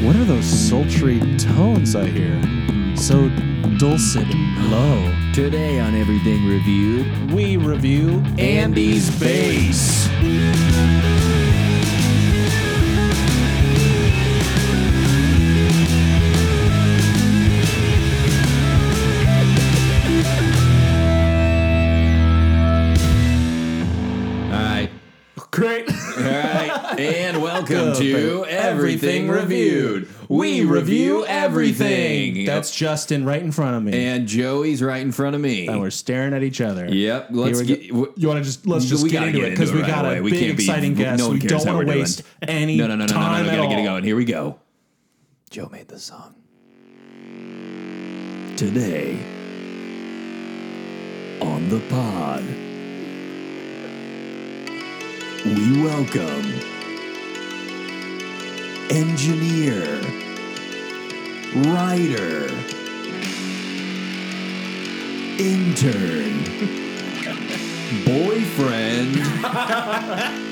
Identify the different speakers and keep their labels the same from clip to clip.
Speaker 1: What are those sultry tones I hear? So dulcet and low.
Speaker 2: Today on Everything Reviewed,
Speaker 1: We review
Speaker 2: Andy's Bass. all right,
Speaker 1: Great.
Speaker 2: all right, and welcome to
Speaker 1: Everything
Speaker 2: Everything Reviewed. We review everything.
Speaker 1: That's Justin right in front of me.
Speaker 2: and Joey's right in front of me.
Speaker 1: and we're staring at each other. Here
Speaker 2: Yep, let's
Speaker 1: we
Speaker 2: get-
Speaker 1: go.
Speaker 2: wh-
Speaker 1: you want to just let's just
Speaker 2: We
Speaker 1: get
Speaker 2: gotta
Speaker 1: into
Speaker 2: get
Speaker 1: it
Speaker 2: into
Speaker 1: because
Speaker 2: it
Speaker 1: we
Speaker 2: right
Speaker 1: got
Speaker 2: away.
Speaker 1: a
Speaker 2: We
Speaker 1: big
Speaker 2: can't be-
Speaker 1: exciting guest.
Speaker 2: no one
Speaker 1: we
Speaker 2: cares
Speaker 1: don't
Speaker 2: how
Speaker 1: want
Speaker 2: we're
Speaker 1: to
Speaker 2: doing.
Speaker 1: waste any
Speaker 2: No, no, no, no, no, no,
Speaker 1: time
Speaker 2: no.
Speaker 1: at
Speaker 2: Gotta get it
Speaker 1: all.
Speaker 2: going. Here we go. Joe made the song. Today on the pod, we welcome engineer, writer, intern, boyfriend,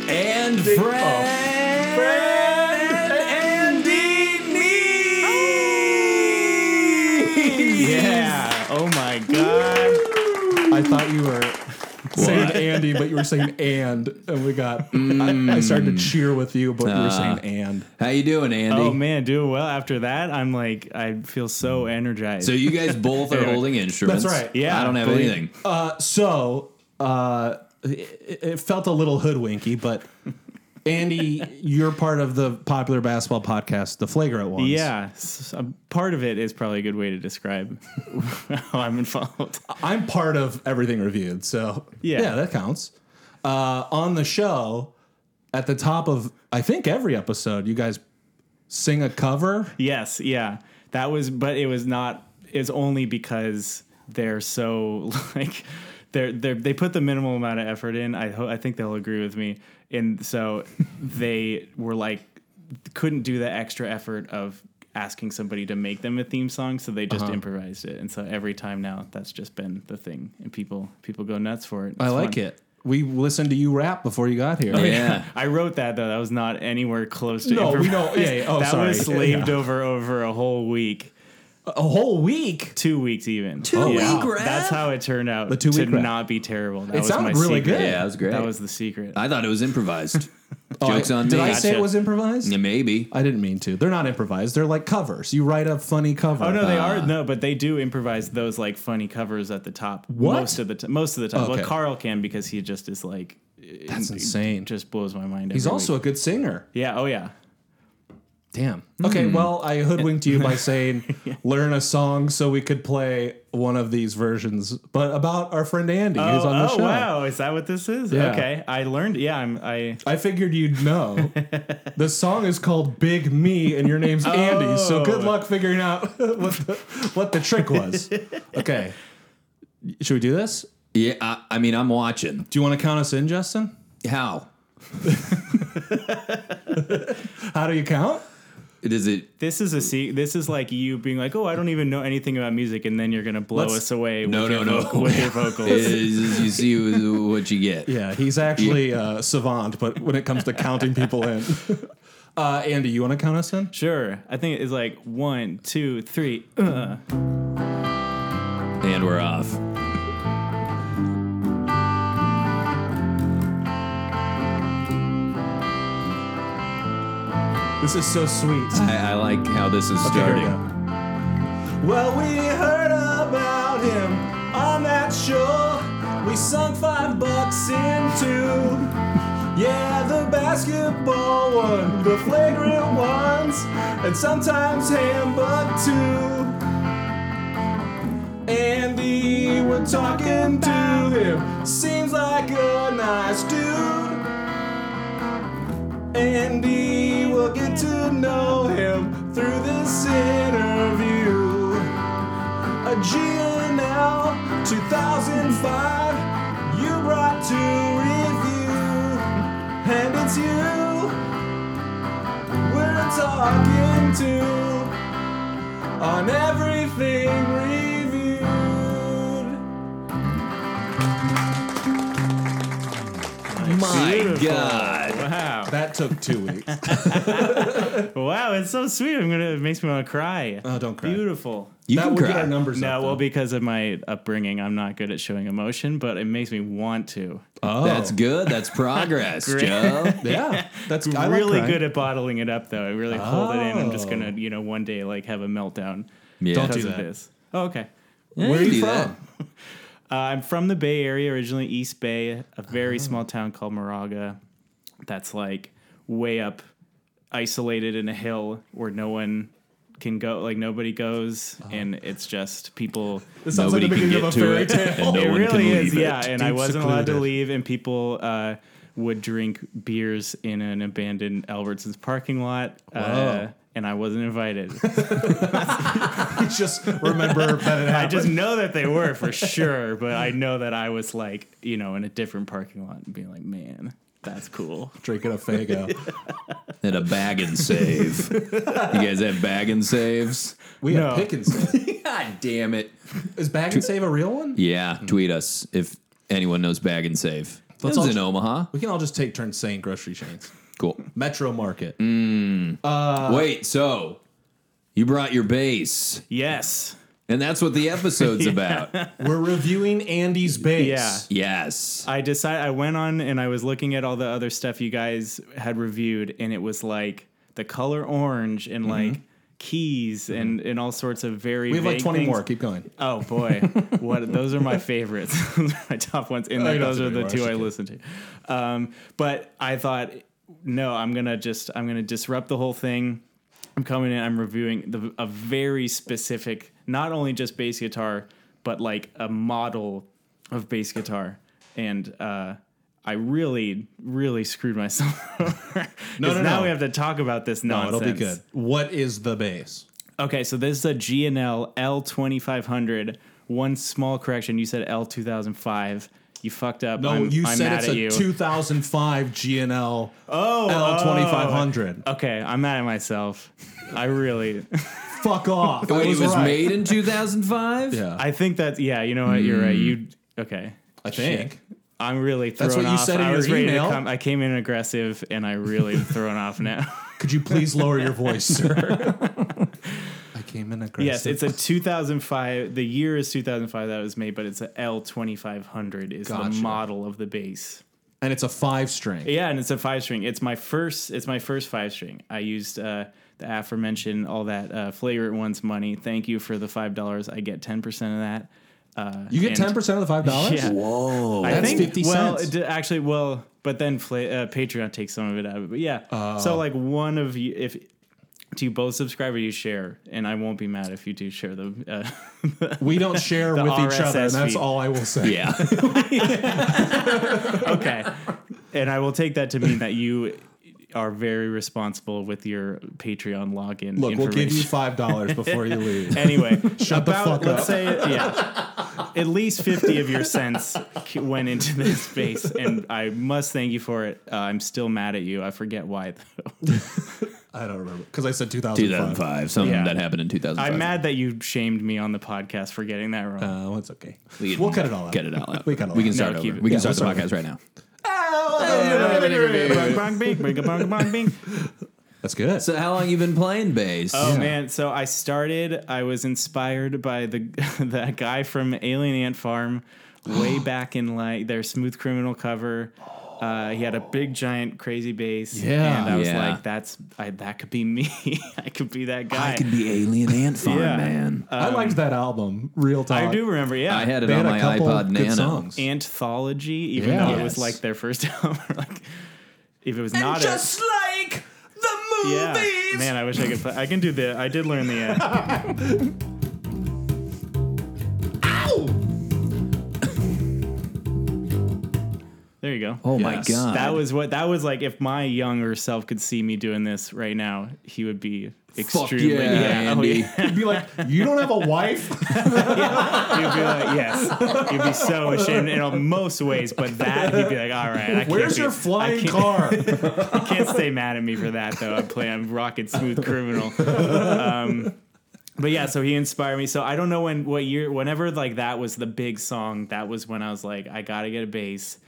Speaker 2: and friend, Andy Nees.
Speaker 1: Yeah. Oh my god. I thought you were saying Andy, but you were saying and, and we got. I, I started to
Speaker 2: Mm.
Speaker 1: cheer with you, but
Speaker 2: Uh.
Speaker 1: you were saying and.
Speaker 2: How you doing, Andy?
Speaker 3: Oh man, doing well after that. I'm like, I feel so energized.
Speaker 2: Mm. So you guys both are holding instruments.
Speaker 1: That's right.
Speaker 3: Yeah,
Speaker 2: I don't have
Speaker 3: believe-
Speaker 2: anything.
Speaker 1: Uh, so uh, it, it felt a little hoodwinky, but Andy, you're part of the popular basketball podcast, The Flagrant Ones.
Speaker 3: yeah, s- a part of it is probably a good way to describe how I'm involved.
Speaker 1: I'm part of everything reviewed, so
Speaker 3: Yeah.
Speaker 1: that counts. Uh, on the show, at the top of I think every episode, you guys sing a cover.
Speaker 3: Yes, yeah, that was, but it was not. It's only because they're so like they're they are they put the minimal amount of effort in. I ho- I think they'll agree with me, and so they were like couldn't do the extra effort of asking somebody to make them a theme song so they just
Speaker 1: Uh-huh.
Speaker 3: improvised it and so every time now that's just been the thing and people people go nuts for it
Speaker 1: I like it. We listened to you rap before you got
Speaker 3: Oh,
Speaker 1: here.
Speaker 2: Yeah.
Speaker 3: I wrote that though. That was not anywhere close to.
Speaker 1: No, we
Speaker 3: improvised.
Speaker 1: don't- yeah, yeah. Oh,
Speaker 3: that
Speaker 1: sorry.
Speaker 3: was slaved
Speaker 1: Yeah.
Speaker 3: over over a whole week,
Speaker 1: A whole week.
Speaker 3: two weeks even. Two
Speaker 1: week
Speaker 2: rap?
Speaker 3: That's how it turned out. The
Speaker 1: two
Speaker 3: two to
Speaker 1: week rap.
Speaker 3: not be terrible. That
Speaker 1: It
Speaker 3: was
Speaker 1: sounded
Speaker 3: my
Speaker 1: really
Speaker 3: secret.
Speaker 1: good.
Speaker 2: Yeah, that was great.
Speaker 3: That was the secret.
Speaker 2: I thought it was improvised. Jokes on
Speaker 1: Did
Speaker 2: me.
Speaker 1: Oh, I say it
Speaker 3: Gotcha.
Speaker 1: was improvised?
Speaker 2: Yeah, Maybe.
Speaker 1: I didn't mean to. They're not improvised. They're like covers. You write a funny cover.
Speaker 3: oh no, they are no, but they do improvise those like funny covers at the top.
Speaker 1: What?
Speaker 3: most of the t- most of the time?
Speaker 1: Okay.
Speaker 3: Well, Carl can because he just is like
Speaker 1: That's insane.
Speaker 3: just blows my mind.
Speaker 1: He's also a good singer.
Speaker 3: yeah. Oh yeah.
Speaker 1: Damn. Okay, well, I hoodwinked you by saying learn a song so we could play one of these versions, but about our friend Andy who's on the
Speaker 3: oh
Speaker 1: show.
Speaker 3: wow! Is that what this is?
Speaker 1: Yeah.
Speaker 3: Okay, I learned. Yeah, I'm. I
Speaker 1: I figured you'd know. the song is called Big Me and your name's Andy, so good luck figuring out what the, what the trick was. Okay. Should we do this?
Speaker 2: Yeah. I, I mean, I'm watching.
Speaker 1: Do you want to count us in, Justin?
Speaker 2: How
Speaker 1: How do you count?
Speaker 2: does it?
Speaker 3: This is a se- this is like you being like, oh, I don't even know anything about music, and then you're gonna blow
Speaker 1: Let's-
Speaker 3: us away.
Speaker 2: No,
Speaker 3: with
Speaker 2: no,
Speaker 3: your
Speaker 2: no.
Speaker 3: vocal- with your vocals.
Speaker 2: is you see what you get.
Speaker 1: Yeah, he's actually uh, savant, but when it comes to counting people in. Uh, Andy, you want to count us in?
Speaker 3: sure, I think it's like one, two, three. Uh.
Speaker 2: And we're off.
Speaker 1: This is so sweet.
Speaker 2: I, I like how this is
Speaker 1: Okay, here we
Speaker 2: starting.
Speaker 1: go. Well, we heard about him on that show. We sunk five bucks into. Yeah, the basketball one, the flagrant ones, and sometimes Hamburg too. Andy, we're talking to him. Seems like a nice dude. Andy will get to know him through this interview. A GNL 2005 you brought to review, and it's you we're talking to on everything reviewed.
Speaker 2: My
Speaker 3: Beautiful.
Speaker 2: God.
Speaker 3: Wow.
Speaker 1: That took two weeks.
Speaker 3: Wow, it's so sweet. I'm gonna. It makes me want to cry.
Speaker 1: Oh, don't cry.
Speaker 3: Beautiful.
Speaker 2: You
Speaker 1: that
Speaker 2: can
Speaker 1: would get
Speaker 2: cry.
Speaker 1: our numbers
Speaker 3: No,
Speaker 1: up.
Speaker 3: well,
Speaker 1: though.
Speaker 3: because of my upbringing, I'm not good at showing emotion, but it makes me want to.
Speaker 1: oh,
Speaker 2: That's good. That's progress, Joe.
Speaker 1: Yeah, that's I
Speaker 3: I'm
Speaker 1: like
Speaker 3: really
Speaker 1: crying.
Speaker 3: good at bottling it up, though. I really hold it in. I'm just
Speaker 1: Oh.
Speaker 3: gonna, you know, one day like have a meltdown
Speaker 2: Yeah.
Speaker 1: Don't
Speaker 3: because
Speaker 1: do
Speaker 3: of
Speaker 1: that.
Speaker 3: this. Oh, okay.
Speaker 2: Yeah,
Speaker 1: Where are
Speaker 2: do
Speaker 1: you
Speaker 2: that.
Speaker 1: from?
Speaker 3: Uh, I'm from the Bay Area, originally East Bay, a very
Speaker 2: Oh.
Speaker 3: small town called Moraga. That's like way up, isolated in a hill where no one can go, like nobody goes,
Speaker 2: Uh-huh.
Speaker 3: and it's just people.
Speaker 1: This sounds like the
Speaker 2: Nobody can
Speaker 1: beginning
Speaker 2: get
Speaker 1: of a
Speaker 2: to
Speaker 1: fairy
Speaker 2: it,
Speaker 1: tale.
Speaker 2: and no
Speaker 3: it
Speaker 2: one can
Speaker 3: really is,
Speaker 2: leave it.
Speaker 3: yeah. And I
Speaker 1: Deep
Speaker 3: wasn't allowed to
Speaker 1: secluded.
Speaker 3: leave, and people uh, would drink beers in an abandoned Albertsons parking lot, uh,
Speaker 1: Wow.
Speaker 3: and I wasn't invited.
Speaker 1: just remember that it
Speaker 3: I
Speaker 1: happened.
Speaker 3: just know that they were for sure, but I know that I was like, you know, in a different parking lot and being like, man, that's cool.
Speaker 1: drinking a Fago.
Speaker 2: And a bag and save. you guys have bag and saves?
Speaker 1: We
Speaker 3: No.
Speaker 1: have pick and save.
Speaker 2: God damn it.
Speaker 1: Is bag and save a real one?
Speaker 2: Yeah, tweet us if anyone knows bag and save. This
Speaker 1: all
Speaker 2: is in
Speaker 1: ju-
Speaker 2: Omaha.
Speaker 1: We can all just take turns saying grocery chains.
Speaker 2: Cool.
Speaker 1: Metro Market.
Speaker 2: Mm.
Speaker 1: Uh,
Speaker 2: Wait, so you brought your base,
Speaker 3: Yes.
Speaker 2: and that's what the episode's about.
Speaker 1: We're reviewing Andy's base.
Speaker 3: Yeah.
Speaker 2: Yes.
Speaker 3: I decided I went on and I was looking at all the other stuff you guys had reviewed, and it was like the color orange and like keys and and all sorts of
Speaker 1: Mm-hmm.
Speaker 3: very
Speaker 1: We have like
Speaker 3: vague
Speaker 1: 20
Speaker 3: things.
Speaker 1: more. Keep going.
Speaker 3: Oh boy, what those are my favorites, Those are my top ones, and
Speaker 1: Oh, you don't
Speaker 3: those
Speaker 1: have
Speaker 3: are
Speaker 1: to
Speaker 3: the
Speaker 1: do
Speaker 3: two
Speaker 1: more,
Speaker 3: I
Speaker 1: I
Speaker 3: listen to. Um, but I thought, no, I'm gonna just I'm gonna disrupt the whole thing. I'm coming in. I'm reviewing the, a very specific, not only just bass guitar, but like a model of bass guitar, and uh, I really, really screwed myself. no,
Speaker 1: no,
Speaker 3: now
Speaker 1: no.
Speaker 3: we have to talk about this
Speaker 1: Oh,
Speaker 3: nonsense.
Speaker 1: it'll be good. What is the base?
Speaker 3: Okay, so this is a GNL L2500. One small correction. You said L2005. You fucked up.
Speaker 1: No,
Speaker 3: I'm,
Speaker 1: Oh, you
Speaker 3: I'm
Speaker 1: said
Speaker 3: mad
Speaker 1: it's
Speaker 3: at
Speaker 1: a
Speaker 3: you.
Speaker 1: 2005 GNL
Speaker 3: oh,
Speaker 1: L2500.
Speaker 3: oh. Okay, I'm mad at myself. I really.
Speaker 1: Fuck off.
Speaker 2: Wait,
Speaker 1: I
Speaker 2: it was
Speaker 1: right.
Speaker 2: made in 2005?
Speaker 1: Yeah, I,
Speaker 3: I think that, yeah, you know what? You're right. You, okay.
Speaker 1: think.
Speaker 3: I'm really thrown
Speaker 1: That's what you
Speaker 3: off.
Speaker 1: said in
Speaker 3: I
Speaker 1: your
Speaker 3: was ready
Speaker 1: email.
Speaker 3: to come. I came in aggressive and I really thrown off now.
Speaker 1: Could you please lower your voice, sir? I came in aggressive.
Speaker 3: Yes, it's a 2005. The year is 2005 that it was made, but it's a L2500 is
Speaker 1: Gotcha.
Speaker 3: the model of the bass.
Speaker 1: and it's a five string.
Speaker 3: Yeah, and it's a five string. It's my first. It's my first five string. I used uh, the aforementioned all that uh, flavor at once money. Thank you for the five dollars. I get ten percent of that. Uh,
Speaker 1: You get
Speaker 3: and-
Speaker 1: ten percent of the five dollars.
Speaker 3: Yeah.
Speaker 2: Whoa.
Speaker 3: I
Speaker 1: That's
Speaker 3: think,
Speaker 1: 50
Speaker 3: well,
Speaker 1: cents.
Speaker 3: it did- actually, well, but then fla- uh, Patreon takes some of it out of it. But yeah,
Speaker 1: Oh.
Speaker 3: so like one of you, if do you both subscribe or you share, and I won't be mad if you do share them. Uh,
Speaker 1: We don't share with each other, and
Speaker 3: RSS
Speaker 1: that's
Speaker 3: feed.
Speaker 1: all I will say.
Speaker 2: yeah.
Speaker 3: okay, and I will take that to mean that you are very responsible with your Patreon login.
Speaker 1: Look, we'll give
Speaker 3: information.
Speaker 1: you five dollars before you leave.
Speaker 3: Anyway,
Speaker 1: Shut the
Speaker 3: about
Speaker 1: fuck
Speaker 3: let's
Speaker 1: up.
Speaker 3: say yeah, at least fifty of your cents c- went into this space, and I must thank you for it. Uh, I'm still mad at you. I forget why. Though.
Speaker 1: I don't remember because I said two thousand five.
Speaker 2: 2005. Something
Speaker 3: Yeah.
Speaker 2: that happened in 2005.
Speaker 3: I'm mad that you shamed me on the podcast for getting that wrong.
Speaker 1: Uh, it's okay.
Speaker 2: We can
Speaker 1: We'll cut it all out.
Speaker 2: Get it all out.
Speaker 1: We cut it all
Speaker 2: We can
Speaker 1: out.
Speaker 2: start
Speaker 3: No,
Speaker 2: over.
Speaker 3: keep it.
Speaker 2: We can
Speaker 1: Yeah,
Speaker 2: start the
Speaker 1: we'll start
Speaker 2: podcast right now.
Speaker 3: Bong, bong, bing, bing, bong, bong, bing.
Speaker 1: That's good.
Speaker 2: So how long you been playing bass?
Speaker 3: Oh man! So I started. I was inspired by the that guy from Alien Ant Farm, way back in like their Smooth Criminal cover. Uh, he had a big, giant, crazy bass.
Speaker 1: Yeah.
Speaker 3: and I was
Speaker 2: Yeah.
Speaker 3: like, "That's I, that could be me. I could be that guy."
Speaker 2: I could be Alien Ant Farm,
Speaker 3: Yeah.
Speaker 2: man.
Speaker 1: I liked that album. Real time.
Speaker 3: I do remember. Yeah,
Speaker 2: I had it
Speaker 1: They
Speaker 2: on
Speaker 1: had
Speaker 2: my
Speaker 1: a couple
Speaker 2: iPod
Speaker 1: good
Speaker 2: Nano.
Speaker 1: songs.
Speaker 3: Anthology, even
Speaker 1: Yeah.
Speaker 3: though it
Speaker 2: Yes.
Speaker 3: was like their first album. like, if it was not a,
Speaker 1: like the
Speaker 3: yeah, man, I wish I could play. I can do the. I did learn the. Uh, there you go.
Speaker 2: Oh my
Speaker 1: Yes.
Speaker 2: god.
Speaker 3: That was what that was like. If my younger self could see me doing this right now, he would be
Speaker 2: Fuck
Speaker 3: extremely
Speaker 2: yeah, Andy.
Speaker 1: You'd be like, you don't have a wife.
Speaker 3: Oh, yeah. He'd be like, yes, he'd be so ashamed in most ways, but that he'd be like, all right, I can't
Speaker 1: Where's
Speaker 3: be-
Speaker 1: your
Speaker 3: I
Speaker 1: flying
Speaker 3: can't-
Speaker 1: car?
Speaker 3: You can't stay mad at me for that though. I'm playing I'm rocket smooth criminal. Um, but yeah, so he inspired me. So I don't know when what year whenever like that was the big song, that was when I was like, I gotta get a bass.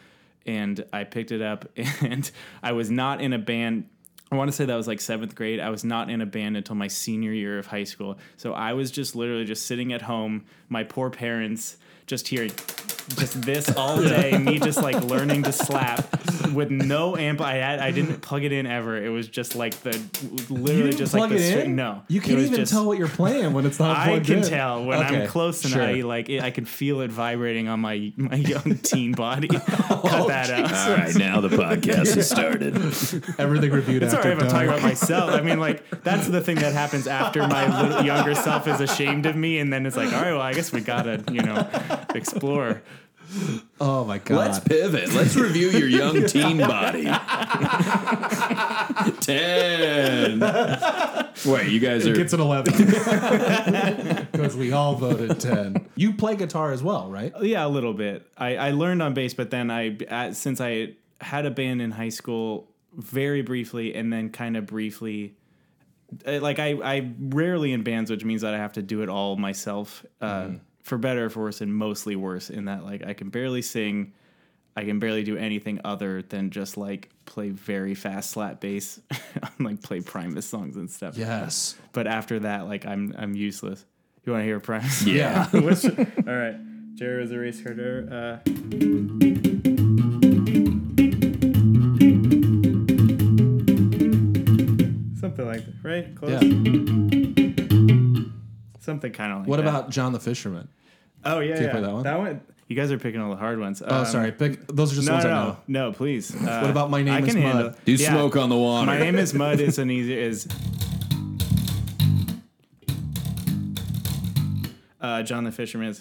Speaker 3: and I picked it up, and I was not in a band. I want to say that was like seventh grade. I was not in a band until my senior year of high school. So I was just literally just sitting at home, my poor parents just hearing just this all day, me just like learning to slap with no amp. I had, I didn't plug it in ever. It was just like the
Speaker 1: You
Speaker 3: literally
Speaker 1: didn't
Speaker 3: just
Speaker 1: plug
Speaker 3: like the
Speaker 1: it
Speaker 3: string.
Speaker 1: in?
Speaker 3: No,
Speaker 1: You
Speaker 3: It
Speaker 1: can't
Speaker 3: was
Speaker 1: even
Speaker 3: just-
Speaker 1: tell what you're playing when it's not
Speaker 3: I
Speaker 1: plugged
Speaker 3: can
Speaker 1: in.
Speaker 3: tell when
Speaker 1: Okay,
Speaker 3: I'm close and
Speaker 1: sure.
Speaker 3: I like it, I can feel it vibrating on my my young teen body.
Speaker 1: Oh,
Speaker 3: Cut that out.
Speaker 2: All right, now the podcast has started.
Speaker 1: Everything reviewed
Speaker 3: It's
Speaker 1: after
Speaker 3: alright if I'm talking
Speaker 1: dark.
Speaker 3: about myself. I mean, like that's the thing that happens after my little younger self is ashamed of me, and then it's like, all right, well, I guess we gotta, you know, explore.
Speaker 1: Oh my god.
Speaker 2: Let's pivot. Let's review your young teen body. Ten. Wait, you guys are.
Speaker 1: Gets an 11. Because we all voted 10. You play guitar as well, right?
Speaker 3: Yeah, a little bit. I, I learned on bass, but then I at, since I had a band in high school very briefly, and then kind of briefly, uh, like I I rarely in bands, which means that I have to do it all myself, uh, for better or for worse, and mostly worse. In that, like I can barely sing, I can barely do anything other than just like play very fast slap bass, and, like play Primus songs and stuff.
Speaker 1: Yes.
Speaker 3: But after that, like I'm I'm useless. You want to hear a Primus?
Speaker 1: Yeah.
Speaker 3: Which, all right. Jared was a race herder. Uh, something like that, right? Close.
Speaker 1: yeah.
Speaker 3: Something kind of like
Speaker 1: What
Speaker 3: that.
Speaker 1: about John the Fisherman?
Speaker 3: Oh yeah,
Speaker 1: you
Speaker 3: yeah.
Speaker 1: play that one?
Speaker 3: You guys are picking all the hard ones. Um,
Speaker 1: Oh, sorry. Pick, those are just
Speaker 3: No,
Speaker 1: ones
Speaker 3: no,
Speaker 1: I know.
Speaker 3: no, no, please. Uh,
Speaker 1: What about My Name
Speaker 3: I
Speaker 1: is
Speaker 3: can
Speaker 1: Mud?
Speaker 3: handle-
Speaker 2: you
Speaker 3: Yeah.
Speaker 2: smoke on the water.
Speaker 3: My name is Mud. It's an easy is. Uh, John the Fisherman's.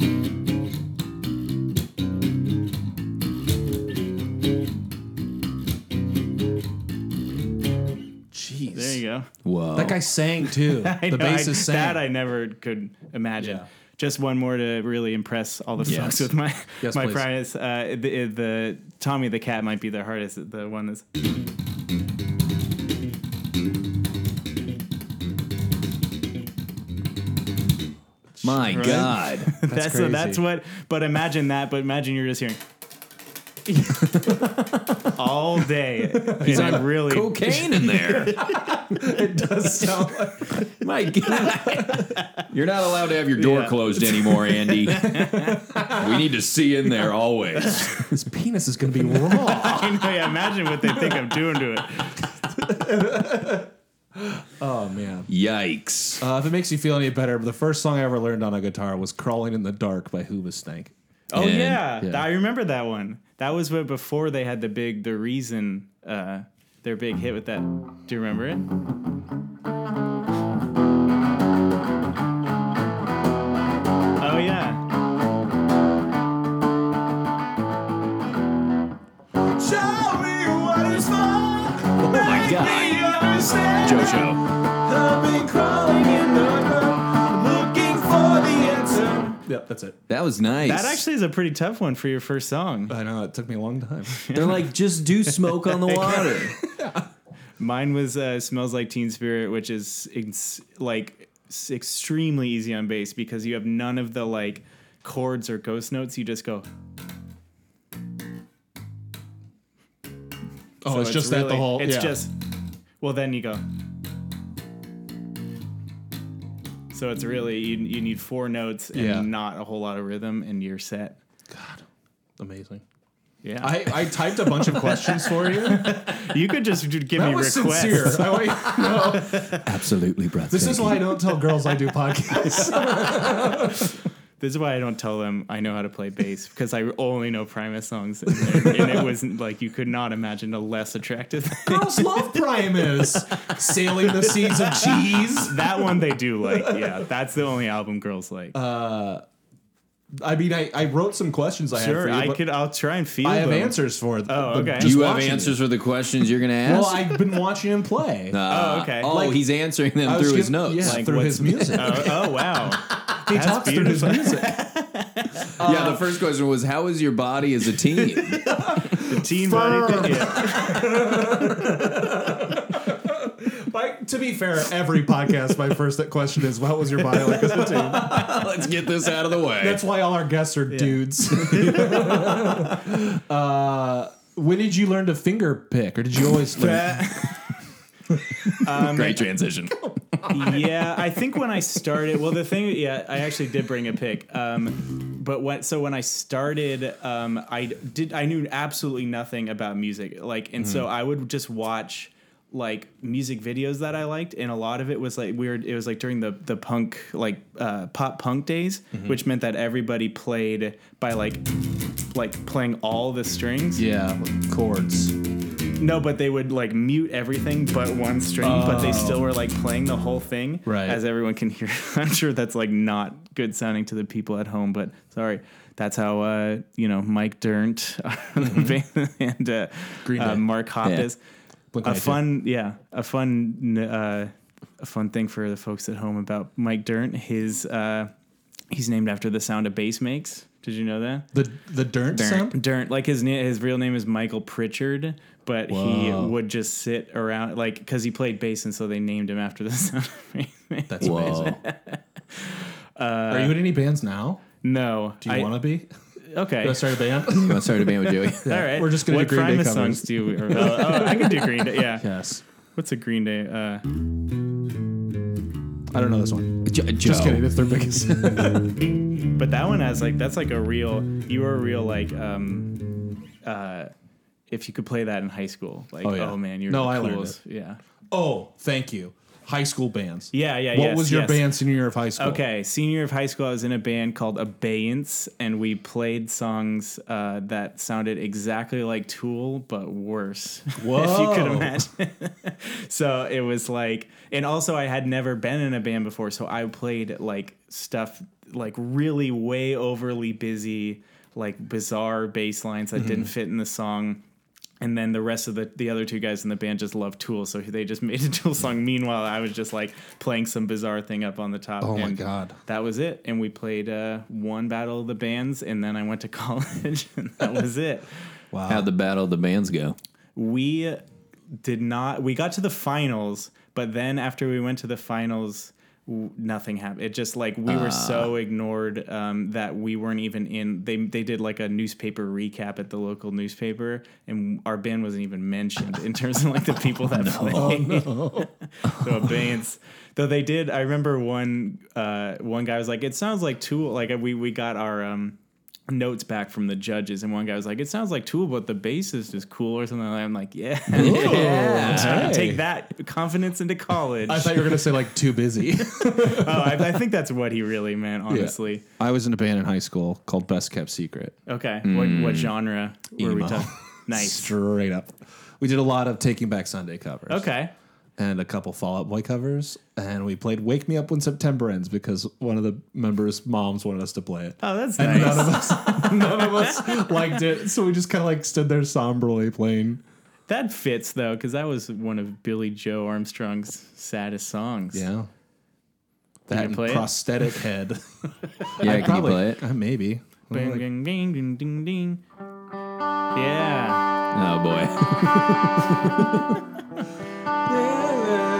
Speaker 1: Jeez.
Speaker 3: There you go.
Speaker 2: Whoa.
Speaker 1: That guy sang too.
Speaker 3: I
Speaker 1: the
Speaker 3: know,
Speaker 1: bass
Speaker 3: I-
Speaker 1: is sang.
Speaker 3: That I never could imagine.
Speaker 1: Yeah.
Speaker 3: Just one more to really impress all the
Speaker 2: Yes.
Speaker 3: folks with my
Speaker 1: Yes,
Speaker 3: my
Speaker 1: please.
Speaker 3: prize. Uh, the, the Tommy the Cat might be the hardest. The one that's
Speaker 2: My
Speaker 3: Right?
Speaker 2: God.
Speaker 3: that's so that's
Speaker 1: crazy.
Speaker 3: what. But imagine that. But imagine you're just hearing. all day he's
Speaker 2: on
Speaker 3: really
Speaker 2: Cocaine in there.
Speaker 1: does sound like
Speaker 2: My God. You're not allowed to have your door
Speaker 3: Yeah.
Speaker 2: closed anymore, Andy. we need to see in there always.
Speaker 1: his penis is going to be raw.
Speaker 3: I know, yeah, imagine what they think I'm doing to it.
Speaker 1: oh man.
Speaker 2: Yikes.
Speaker 1: Uh, if it makes you feel any better, the first song I ever learned on a guitar was "Crawling in the Dark" by Hoobastank. Snake.
Speaker 3: Oh
Speaker 2: And-
Speaker 3: yeah.
Speaker 1: yeah.
Speaker 3: I remember that one. That was what before they had the big the reason uh their big hit with that. Do you remember it? Oh yeah.
Speaker 4: Show me what it's for. Oh
Speaker 2: my God. Jojo.
Speaker 4: I've been crawling in the dark, looking for the answer.
Speaker 1: Yep, that's it.
Speaker 2: That was nice.
Speaker 3: That actually is a pretty tough one for your first song.
Speaker 1: I know it took me a long time.
Speaker 2: They're like, just do smoke on the water.
Speaker 3: Mine was uh, "Smells Like Teen Spirit," which is ex- like s- extremely easy on bass because you have none of the like chords or ghost notes. You just go.
Speaker 1: Oh,
Speaker 3: So
Speaker 1: it's, just that the
Speaker 3: really-
Speaker 1: whole.
Speaker 3: It's
Speaker 1: yeah.
Speaker 3: just. Well, then you go. So it's really you, you need four notes and
Speaker 1: Yeah.
Speaker 3: not a whole lot of rhythm, and you're set.
Speaker 1: amazing.
Speaker 3: Yeah,
Speaker 1: I, I typed a bunch of questions for you. That
Speaker 3: you could just d- give me
Speaker 1: was
Speaker 3: requests.
Speaker 1: sincere. I want- no,
Speaker 2: Absolutely, breathtaking.
Speaker 1: this is why I don't tell girls I do podcasts.
Speaker 3: This is why I don't tell them I know how to play bass because I only know Primus songs, and, and it wasn't like you could not imagine a less attractive. thing.
Speaker 1: girls love Primus. Sailing the seas of cheese.
Speaker 3: that one they do like. Yeah, that's the only album girls like.
Speaker 1: Uh, I mean, I, I wrote some questions I had for
Speaker 3: sure,
Speaker 1: you.
Speaker 3: I
Speaker 1: but
Speaker 3: could. I'll try and feel.
Speaker 1: I have
Speaker 3: them.
Speaker 1: answers for. th-
Speaker 3: Oh,
Speaker 1: but
Speaker 3: okay.
Speaker 1: just
Speaker 2: you have
Speaker 1: watching
Speaker 2: answers for the questions you're going to
Speaker 1: it.
Speaker 2: ask?
Speaker 1: Well, I've been watching him play.
Speaker 2: Uh,
Speaker 3: Oh, okay.
Speaker 2: Oh,
Speaker 1: Like-
Speaker 2: he's answering
Speaker 1: I
Speaker 2: them
Speaker 1: was
Speaker 2: through his
Speaker 1: giving-
Speaker 2: notes.
Speaker 1: Yeah,
Speaker 3: Like,
Speaker 1: through
Speaker 3: what's-
Speaker 1: his music.
Speaker 3: Oh, oh wow.
Speaker 1: he
Speaker 3: that's
Speaker 1: talks through his
Speaker 3: beautiful.
Speaker 1: music.
Speaker 2: yeah, the first question was, how is your body as a teen?
Speaker 3: The teen body
Speaker 1: Firm.
Speaker 3: thing, yeah.
Speaker 1: Like, to be fair, every podcast, my first question is, "What was your body like as a teen?"
Speaker 2: Let's get this out of the way.
Speaker 1: That's why all our guests are dudes. uh, When did you learn to finger pick, or did you always learn?
Speaker 2: Great transition.
Speaker 3: yeah, I think when I started, well, the thing, yeah, I actually did bring a pick. Um, but when, so when I started, um, I did, I knew absolutely nothing about music. Like, and so I would just watch like music videos that I liked. And a lot of it was like weird. It was like during the, the punk, like, uh, pop punk days, which meant that everybody played by like, like playing all the strings.
Speaker 1: yeah, with chords.
Speaker 3: No, but they would like mute everything but one string, but they still were like playing the whole thing.
Speaker 1: Oh. Right.
Speaker 3: As everyone can hear. I'm sure that's like not good sounding to the people at home, but sorry. That's how, uh, you know, Mike Dirnt and uh,
Speaker 1: Mm-hmm. Green
Speaker 3: uh,
Speaker 1: Day.
Speaker 3: Mark Hoppus.
Speaker 1: Blink
Speaker 3: A
Speaker 1: 182.
Speaker 3: fun, yeah, a fun, uh, a fun thing for the folks at home about Mike Dirnt. His, uh, he's named after the sound a bass makes. Did you know that?
Speaker 1: The the dirt, sound.
Speaker 3: Durnt. Durnt. Like his na- his real name is Michael Pritchard, but
Speaker 1: Whoa.
Speaker 3: he would just sit around like because he played bass, and so they named him after the sound. of Bass.
Speaker 1: That's amazing.
Speaker 2: Whoa.
Speaker 1: Are you in any bands now?
Speaker 3: no,
Speaker 1: Do you want to be?
Speaker 3: to? Okay,
Speaker 1: Do I start a band?
Speaker 2: You want to start a band with Joey?
Speaker 3: all right.
Speaker 1: We're just gonna
Speaker 3: what
Speaker 1: do Green Day
Speaker 3: Primus
Speaker 1: covers.
Speaker 3: songs do we? Or, oh, oh, I could do Green Day. Yeah.
Speaker 1: yes.
Speaker 3: What's a Green Day? Uh,
Speaker 1: I don't know this one.
Speaker 2: Jo-
Speaker 1: Just
Speaker 2: Joe.
Speaker 1: kidding. It's their biggest.
Speaker 3: but that one has like that's like a real. You were a real like. um uh if you could play that in high school, like, oh,
Speaker 1: Oh, yeah.
Speaker 3: man, you're
Speaker 1: No,
Speaker 3: the
Speaker 1: I learned
Speaker 3: coolest. Yeah,
Speaker 1: oh, thank you. High school bands.
Speaker 3: yeah, yeah.
Speaker 1: What
Speaker 3: yes,
Speaker 1: was your
Speaker 3: yes.
Speaker 1: band senior year of high school?
Speaker 3: Okay, senior of high school, I was in a band called Abeyance, and we played songs uh, that sounded exactly like Tool, but worse. if you could
Speaker 1: Whoa.
Speaker 3: imagine. so it was like, and also I had never been in a band before, so I played like stuff like really way overly busy, like bizarre bass lines
Speaker 1: Mm-hmm.
Speaker 3: that didn't fit in the song. And then the rest of the, the other two guys in the band just loved Tool, so they just made a Tool song. Meanwhile, I was just like playing some bizarre thing up on the top.
Speaker 1: Oh my
Speaker 3: and
Speaker 1: God.
Speaker 3: That was it. And we played uh, one battle of the bands, and then I went to college, and that was it.
Speaker 1: Wow.
Speaker 2: How'd the battle of the bands go?
Speaker 3: We did not. We got to the finals, but then after we went to the finals, w- nothing happened. It just like we were so ignored um, that we weren't even in. They they did like a newspaper recap at the local newspaper, and our band wasn't even mentioned in terms of like the people that played. the abeyance. Though they did, I remember one uh, one guy was like, "It sounds like Tool." Like we we got our um, notes back from the judges, and one guy was like, "It sounds like Tool, but the bassist is cool or something." like that. I'm like, "Yeah,
Speaker 1: Yeah.
Speaker 3: take that confidence into college."
Speaker 1: I thought you were gonna say like too busy.
Speaker 3: oh, I, I think that's what he really meant, honestly.
Speaker 1: I was in a band in high school called Best Kept Secret.
Speaker 3: Okay, what
Speaker 1: Mm.
Speaker 3: what genre were we talking? Nice.
Speaker 1: Straight up. We did a lot of Taking Back Sunday covers.
Speaker 3: Okay.
Speaker 1: And a couple Fall Out Boy covers. And we played Wake Me Up When September Ends because one of the members' moms wanted us to play it.
Speaker 3: Oh, that's
Speaker 1: And
Speaker 3: nice.
Speaker 1: none of us none of us liked it. So we just kinda like stood there somberly playing.
Speaker 3: That fits though, because that was one of Billy Joe Armstrong's saddest songs.
Speaker 1: Yeah. That and
Speaker 3: play it?
Speaker 1: prosthetic head.
Speaker 2: Yeah, can you play it?
Speaker 1: Uh, maybe.
Speaker 3: Bang, ding, ding, ding, ding, ding. Yeah.
Speaker 2: Oh boy.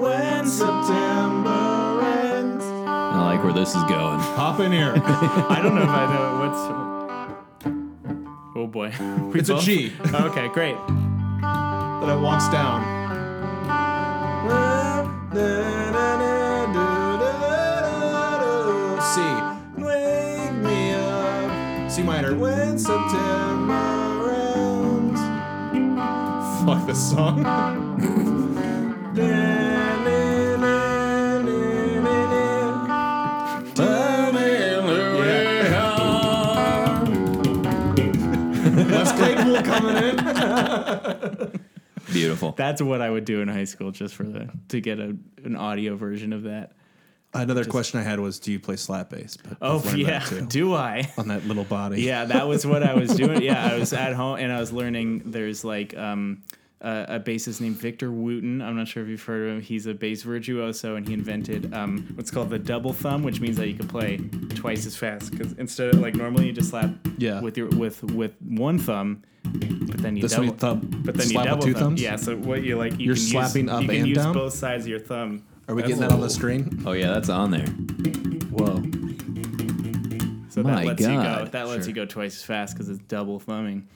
Speaker 3: When September ends.
Speaker 2: I like where this is going.
Speaker 1: Hop in here.
Speaker 3: I don't know if I know what's. Oh boy. We
Speaker 1: It's a
Speaker 3: both-
Speaker 1: G.
Speaker 3: Okay, great.
Speaker 1: that it walks down. C. Wake me up. C minor. When September ends. Fuck this song. Wes Claypool coming in.
Speaker 2: Beautiful.
Speaker 3: That's what I would do in high school just for the to get a, an audio version of that.
Speaker 1: Another question I had was, do you play slap bass? But
Speaker 3: Oh
Speaker 1: I've learned
Speaker 3: yeah.
Speaker 1: that too.
Speaker 3: Do I?
Speaker 1: on that little body.
Speaker 3: Yeah, that was what I was doing. Yeah, I was at home and I was learning. There's like um, a, a bassist named Victor Wooten. I'm not sure if you've heard of him. He's a bass virtuoso, and he invented um, what's called the double thumb, which means that you can play twice as fast. Because instead of like normally you just slap
Speaker 1: Yeah.
Speaker 3: with your with with one thumb, but then you
Speaker 1: This
Speaker 3: double
Speaker 1: one thumb-
Speaker 3: But then
Speaker 1: slap
Speaker 3: you
Speaker 1: with
Speaker 3: double
Speaker 1: two
Speaker 3: thumb.
Speaker 1: thumbs?
Speaker 3: Yeah, so what you like you
Speaker 1: You're
Speaker 3: can use-
Speaker 1: slapping up
Speaker 3: you can
Speaker 1: and
Speaker 3: use
Speaker 1: down?
Speaker 3: both sides of your thumb.
Speaker 1: Are we getting that on the screen?
Speaker 2: Oh yeah, that's on there.
Speaker 1: Whoa.
Speaker 3: so
Speaker 2: My
Speaker 3: that lets you go.
Speaker 2: God.
Speaker 3: That lets you go twice as fast because it's double thumbing.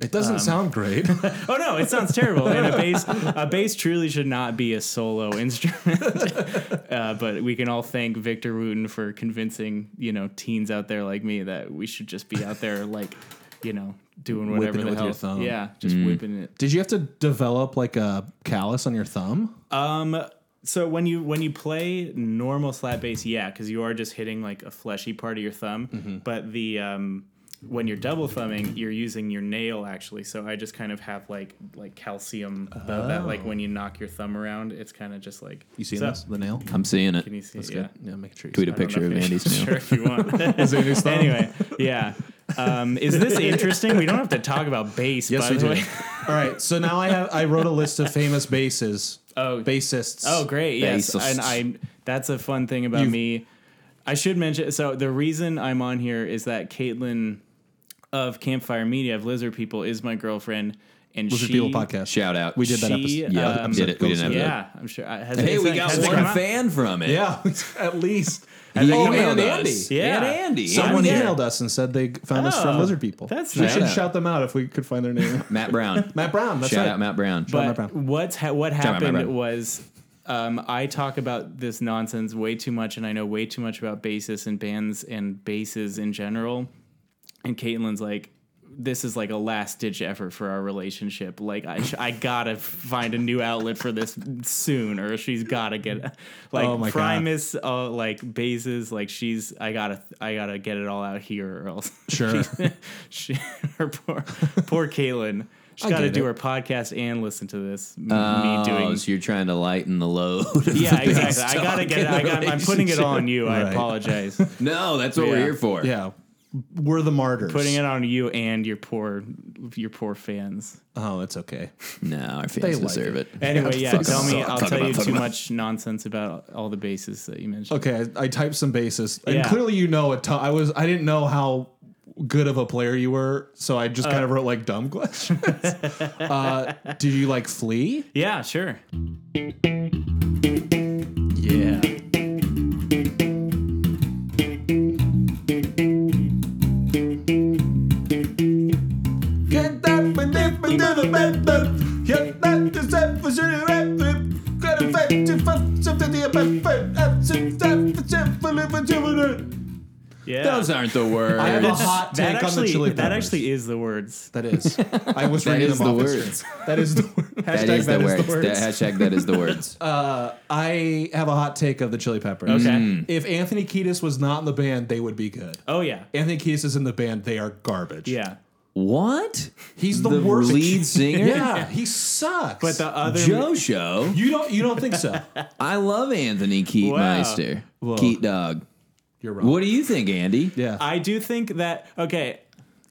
Speaker 1: It
Speaker 3: Um,
Speaker 1: doesn't sound great.
Speaker 3: Oh no, it sounds terrible. And a bass, a bass truly should not be a solo instrument. uh, but we can all thank Victor Wooten for convincing you know teens out there like me that we should just be out there like you know doing whatever
Speaker 1: Whipping it
Speaker 3: the
Speaker 1: with
Speaker 3: hell.
Speaker 1: your thumb.
Speaker 3: Yeah, just whipping it.
Speaker 1: Did you have to develop like a callus on your thumb?
Speaker 3: Um. So when you when you play normal slap bass, yeah, because you are just hitting like a fleshy part of your thumb.
Speaker 1: Mm-hmm.
Speaker 3: But the um, when you're double thumbing, you're using your nail actually. So I just kind of have like like calcium though that like when you knock your thumb around, it's kind of just like
Speaker 1: Oh. You see
Speaker 3: So-
Speaker 1: this? The nail?
Speaker 2: I'm seeing it.
Speaker 3: Can you see?
Speaker 1: That's
Speaker 3: yeah.
Speaker 1: good. Yeah, making sure you
Speaker 2: Tweet a
Speaker 3: I don't
Speaker 2: picture
Speaker 3: know
Speaker 2: of
Speaker 3: if you-
Speaker 2: Andy's nail.
Speaker 3: Sure, if you want. anyway, yeah. Um, is this interesting? We don't have to talk about bass.
Speaker 1: Yes,
Speaker 3: by
Speaker 1: we
Speaker 3: the
Speaker 1: do.
Speaker 3: way.
Speaker 1: All right, so now I have I wrote a list of famous basses.
Speaker 3: Oh.
Speaker 1: bassists.
Speaker 3: Oh, great! Yes,
Speaker 2: Bassist.
Speaker 3: and I. That's a fun thing about
Speaker 1: You've-
Speaker 3: me. I should mention. So the reason I'm on here is that Caitlin of Campfire Media of Lizard People is my girlfriend, and
Speaker 1: Lizard
Speaker 3: she,
Speaker 1: People podcast.
Speaker 2: Shout out.
Speaker 1: We did that
Speaker 3: She,
Speaker 1: episode.
Speaker 2: Yeah,
Speaker 3: um,
Speaker 2: we did it. We didn't have that.
Speaker 3: Yeah, I'm sure. I- Has,
Speaker 2: Hey,
Speaker 3: it's
Speaker 2: we
Speaker 3: not-
Speaker 2: got
Speaker 3: has it
Speaker 2: one
Speaker 3: come out?
Speaker 2: fan from it.
Speaker 1: Yeah, at least.
Speaker 2: He
Speaker 3: Oh,
Speaker 2: emailed
Speaker 1: and
Speaker 2: us.
Speaker 1: Andy.
Speaker 3: Yeah.
Speaker 2: And Andy.
Speaker 1: Someone
Speaker 2: Andy.
Speaker 1: emailed us and said they found us from
Speaker 3: Oh,
Speaker 1: Lizard People.
Speaker 3: that's
Speaker 1: we
Speaker 3: nice.
Speaker 1: should shout them out if we could find their name.
Speaker 2: Matt Brown.
Speaker 1: Matt Brown. That's
Speaker 2: Shout
Speaker 1: right.
Speaker 2: out Matt Brown.
Speaker 1: Matt
Speaker 3: But
Speaker 1: Brown.
Speaker 3: what's ha- what
Speaker 2: out Matt
Speaker 3: happened
Speaker 2: Brown.
Speaker 3: was um, I talk about this nonsense way too much, and I know way too much about bassists and bands and basses in general. And Caitlin's like, "This is like a last ditch effort for our relationship. Like, I sh- I gotta find a new outlet for this soon, or she's gotta get like
Speaker 1: Oh my God.
Speaker 3: Primus, uh, like basses. Like she's I gotta I gotta get it all out here, or else
Speaker 1: Sure.
Speaker 3: she, her poor poor Caitlin. She's
Speaker 1: I
Speaker 3: got to
Speaker 1: get
Speaker 3: do
Speaker 1: it.
Speaker 3: her podcast and listen to this. m-
Speaker 2: Oh,
Speaker 3: me doing.
Speaker 2: so you're trying to lighten the load. of
Speaker 3: yeah,
Speaker 2: the bass
Speaker 3: exactly. I gotta
Speaker 2: talk
Speaker 3: get.
Speaker 2: in
Speaker 3: It. I
Speaker 2: the
Speaker 3: got, I'm putting it on you. I
Speaker 1: Right.
Speaker 3: apologize.
Speaker 2: relationship. No, that's what we're
Speaker 3: Yeah.
Speaker 2: here for.
Speaker 1: yeah, we're the martyrs.
Speaker 3: putting it on you and your poor, your poor fans.
Speaker 1: Oh, it's okay.
Speaker 2: No, our fans
Speaker 1: They like
Speaker 2: deserve
Speaker 1: it.
Speaker 2: it.
Speaker 3: Anyway, yeah.
Speaker 2: fuck
Speaker 3: Tell
Speaker 2: them.
Speaker 3: me.
Speaker 2: Talk
Speaker 3: I'll
Speaker 2: about-
Speaker 3: tell you
Speaker 2: talk
Speaker 3: too
Speaker 2: about-
Speaker 3: much nonsense about all the bases that you mentioned.
Speaker 1: Okay, I, I typed some bases, and
Speaker 3: Yeah.
Speaker 1: clearly you know a ton. I was I didn't know how good of a player you were, so I just
Speaker 3: Uh.
Speaker 1: kind of wrote like dumb questions. uh, did you like Flea?
Speaker 3: Yeah, sure. Yeah.
Speaker 1: Get that but if we do the red book, you're not the same for sure, you're right, but got a fact to fuck, something to your back, but I'm so sad for sure, for live with you, but-
Speaker 3: Yeah.
Speaker 2: Those aren't the words.
Speaker 1: I have a
Speaker 3: That's-
Speaker 1: hot
Speaker 3: that
Speaker 1: take on the
Speaker 3: actually-
Speaker 1: Chili
Speaker 3: That
Speaker 1: Peppers.
Speaker 3: actually is the words.
Speaker 1: That is. I was
Speaker 2: that
Speaker 1: reading
Speaker 2: is
Speaker 1: them
Speaker 2: the
Speaker 1: off.
Speaker 2: words.
Speaker 1: That is the word. Hashtag
Speaker 2: That is the words.
Speaker 1: words.
Speaker 2: That- hashtag that is the words.
Speaker 1: Uh, I have a hot take of the Chili Peppers.
Speaker 3: Okay.
Speaker 1: If Anthony Kiedis was not in the band, they would be good.
Speaker 3: Mm. Oh yeah.
Speaker 1: Anthony Kiedis is in the band; they are garbage.
Speaker 3: Yeah.
Speaker 2: what?
Speaker 1: he's the,
Speaker 2: The
Speaker 1: worst
Speaker 2: lead singer?
Speaker 1: Yeah, he sucks.
Speaker 3: But the uh, other
Speaker 2: Joe Show.
Speaker 1: you don't you don't think so?
Speaker 2: I love Anthony Keatmeister.
Speaker 1: Whoa.
Speaker 2: Keat Dog.
Speaker 1: You're wrong.
Speaker 2: What do you think, Andy?
Speaker 1: yeah,
Speaker 3: I do think that okay.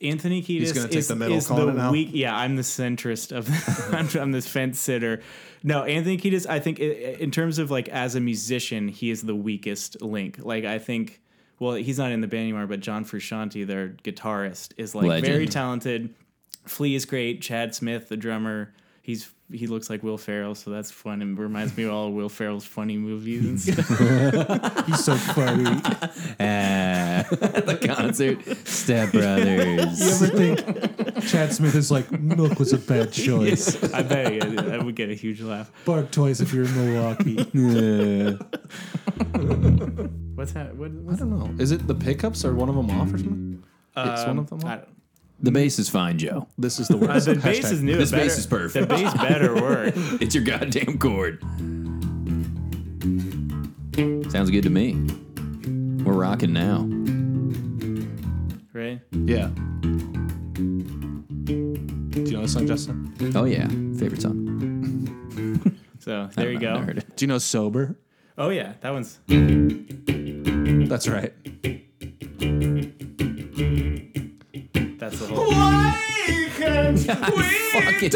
Speaker 3: Anthony Kiedis
Speaker 1: gonna take
Speaker 3: is
Speaker 1: the middle,
Speaker 3: is
Speaker 1: calling it
Speaker 3: the
Speaker 1: out.
Speaker 3: weak. Yeah, I'm the centrist of. I'm, I'm this fence sitter. No, Anthony Kiedis. I think i- in terms of like as a musician, he is the weakest link. Like I think, well, he's not in the band anymore, but John Frusciante, their guitarist, is like very
Speaker 2: Legend.
Speaker 3: talented. Flea is great. Chad Smith, the drummer, he's he looks like Will Ferrell, so that's fun and reminds me of all Will Ferrell's funny movies and stuff.
Speaker 1: he's so funny. you
Speaker 2: Ah, the concert. Step Brothers.
Speaker 1: ever think Chad Smith is like milk was a bad choice?
Speaker 3: I bet you, I would get a huge laugh.
Speaker 1: Bark toys if you're in Milwaukee.
Speaker 3: What's that? What, what's
Speaker 1: I don't know. Is it the pickups or one of them off or something? it's one of them.
Speaker 3: Um, I
Speaker 1: Off?
Speaker 3: don't-
Speaker 2: the bass is fine, Joe.
Speaker 1: This is the worst.
Speaker 3: the bass is new.
Speaker 2: This
Speaker 3: It better-
Speaker 2: bass is perfect.
Speaker 3: The bass better work.
Speaker 2: It's your goddamn chord. Sounds good to me. We're rocking now.
Speaker 3: Right?
Speaker 1: Yeah. Do you know this
Speaker 3: Mm.
Speaker 1: song, Justin?
Speaker 2: Oh yeah, favorite song.
Speaker 3: So there you
Speaker 2: I
Speaker 3: go.
Speaker 2: heard it.
Speaker 1: Do you know Sober?
Speaker 3: Oh yeah, that one's
Speaker 1: That's right.
Speaker 3: that's the whole.
Speaker 2: Fucking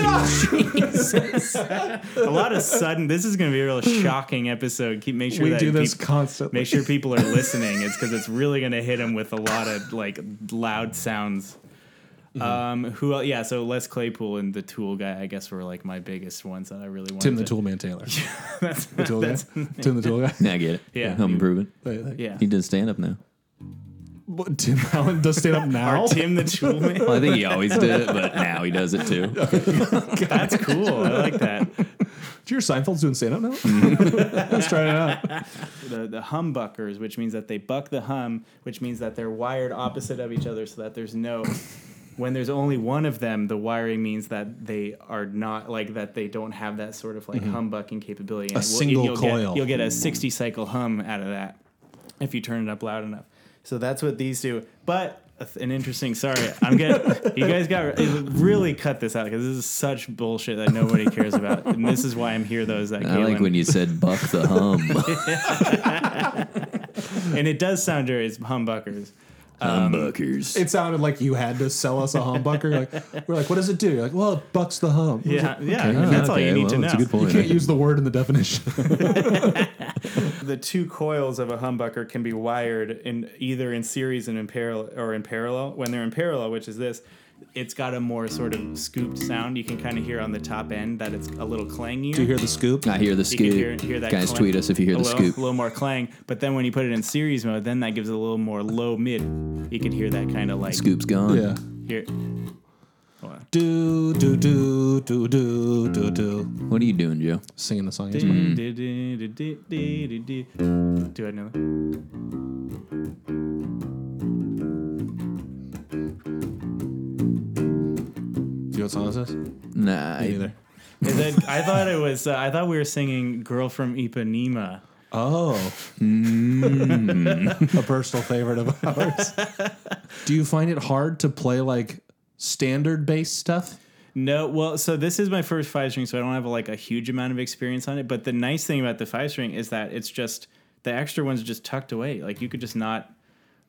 Speaker 3: a lot of sudden. This is gonna be a real shocking episode. Keep make sure
Speaker 1: We
Speaker 3: that
Speaker 1: do this
Speaker 3: peop-
Speaker 1: constantly.
Speaker 3: make sure people are listening. It's because it's really gonna hit them with a lot of like loud sounds.
Speaker 1: Mm-hmm.
Speaker 3: Um, who else? Yeah, so Les Claypool and the Tool guy, I guess, were like my biggest ones that I really wanted.
Speaker 1: Tim the
Speaker 3: to-
Speaker 1: Toolman Taylor. the tool guy. Tim the Tool guy.
Speaker 2: Yeah, I get it.
Speaker 3: Yeah.
Speaker 2: I'm improving.
Speaker 1: Wait, wait.
Speaker 3: Yeah.
Speaker 2: He does stand up now.
Speaker 1: What, Tim Allen does stand up now.
Speaker 3: Or Tim the Tool Man.
Speaker 2: Well, I think he always did it, but now he does it too.
Speaker 3: That's cool. I like that.
Speaker 1: Do your Seinfeld's doing stand up now? Let's try it out.
Speaker 3: The the humbuckers, which means that they buck the hum, which means that they're wired opposite of each other, so that there's no. When there's only one of them, the wiring means that they are not like that. They don't have that sort of like humbucking capability.
Speaker 1: A
Speaker 3: And it will-
Speaker 1: single
Speaker 3: you'll
Speaker 1: coil.
Speaker 3: Get, you'll get a 60 cycle hum out of that if you turn it up loud enough. So that's what these do. But an interesting. Sorry, I'm getting. you guys got really cut this out because this is such bullshit that nobody cares about, and this is why I'm here. Though is that
Speaker 2: I like
Speaker 3: Galen-
Speaker 2: when you said buck the hum.
Speaker 3: and it does sound dirty. It's humbuckers.
Speaker 2: Humbuckers.
Speaker 1: It sounded like you had to sell us a humbucker. Like, we're like, what does it do? You're like, well, it bucks the hum. I was
Speaker 3: Yeah,
Speaker 1: like,
Speaker 3: yeah.
Speaker 2: Yeah,
Speaker 3: that's all you
Speaker 2: Oh, okay,
Speaker 3: need to
Speaker 2: well,
Speaker 3: know.
Speaker 2: that's a good point.
Speaker 1: you can't use the word in the definition.
Speaker 3: The two coils of a humbucker can be wired in either in series and in parallel, or in parallel. When they're in parallel, which is this, it's got a more sort of scooped sound. You can kind of hear on the top end that it's a little clangier.
Speaker 1: Do you hear the scoop?
Speaker 2: I hear the
Speaker 3: You
Speaker 2: scoop.
Speaker 3: can hear, hear that
Speaker 2: Guys,
Speaker 3: clang-
Speaker 2: tweet us if you hear
Speaker 3: a
Speaker 2: the
Speaker 3: little,
Speaker 2: scoop.
Speaker 3: A little more clang, but then when you put it in series mode, then that gives it a little more low mid. You can hear that kind of like
Speaker 2: Scoop's gone.
Speaker 1: Yeah.
Speaker 3: Here,
Speaker 1: Do, do, do, do, do, do, do.
Speaker 2: What are you doing, Joe?
Speaker 1: Singing the song.
Speaker 3: Do
Speaker 1: is
Speaker 2: Mm.
Speaker 1: my-
Speaker 3: I know that?
Speaker 1: Do you know what song this is?
Speaker 2: Nah. I-
Speaker 1: Neither.
Speaker 3: Is that- I thought it was. Uh, I thought we were singing "Girl from Ipanema."
Speaker 1: Oh. a personal favorite of ours. Mm. Do you find it hard to play like standard bass stuff?
Speaker 3: No, well, so this is my first five string, so I don't have like a huge amount of experience on it. But the nice thing about the five string is that it's just the extra one's just tucked away. Like you could just not,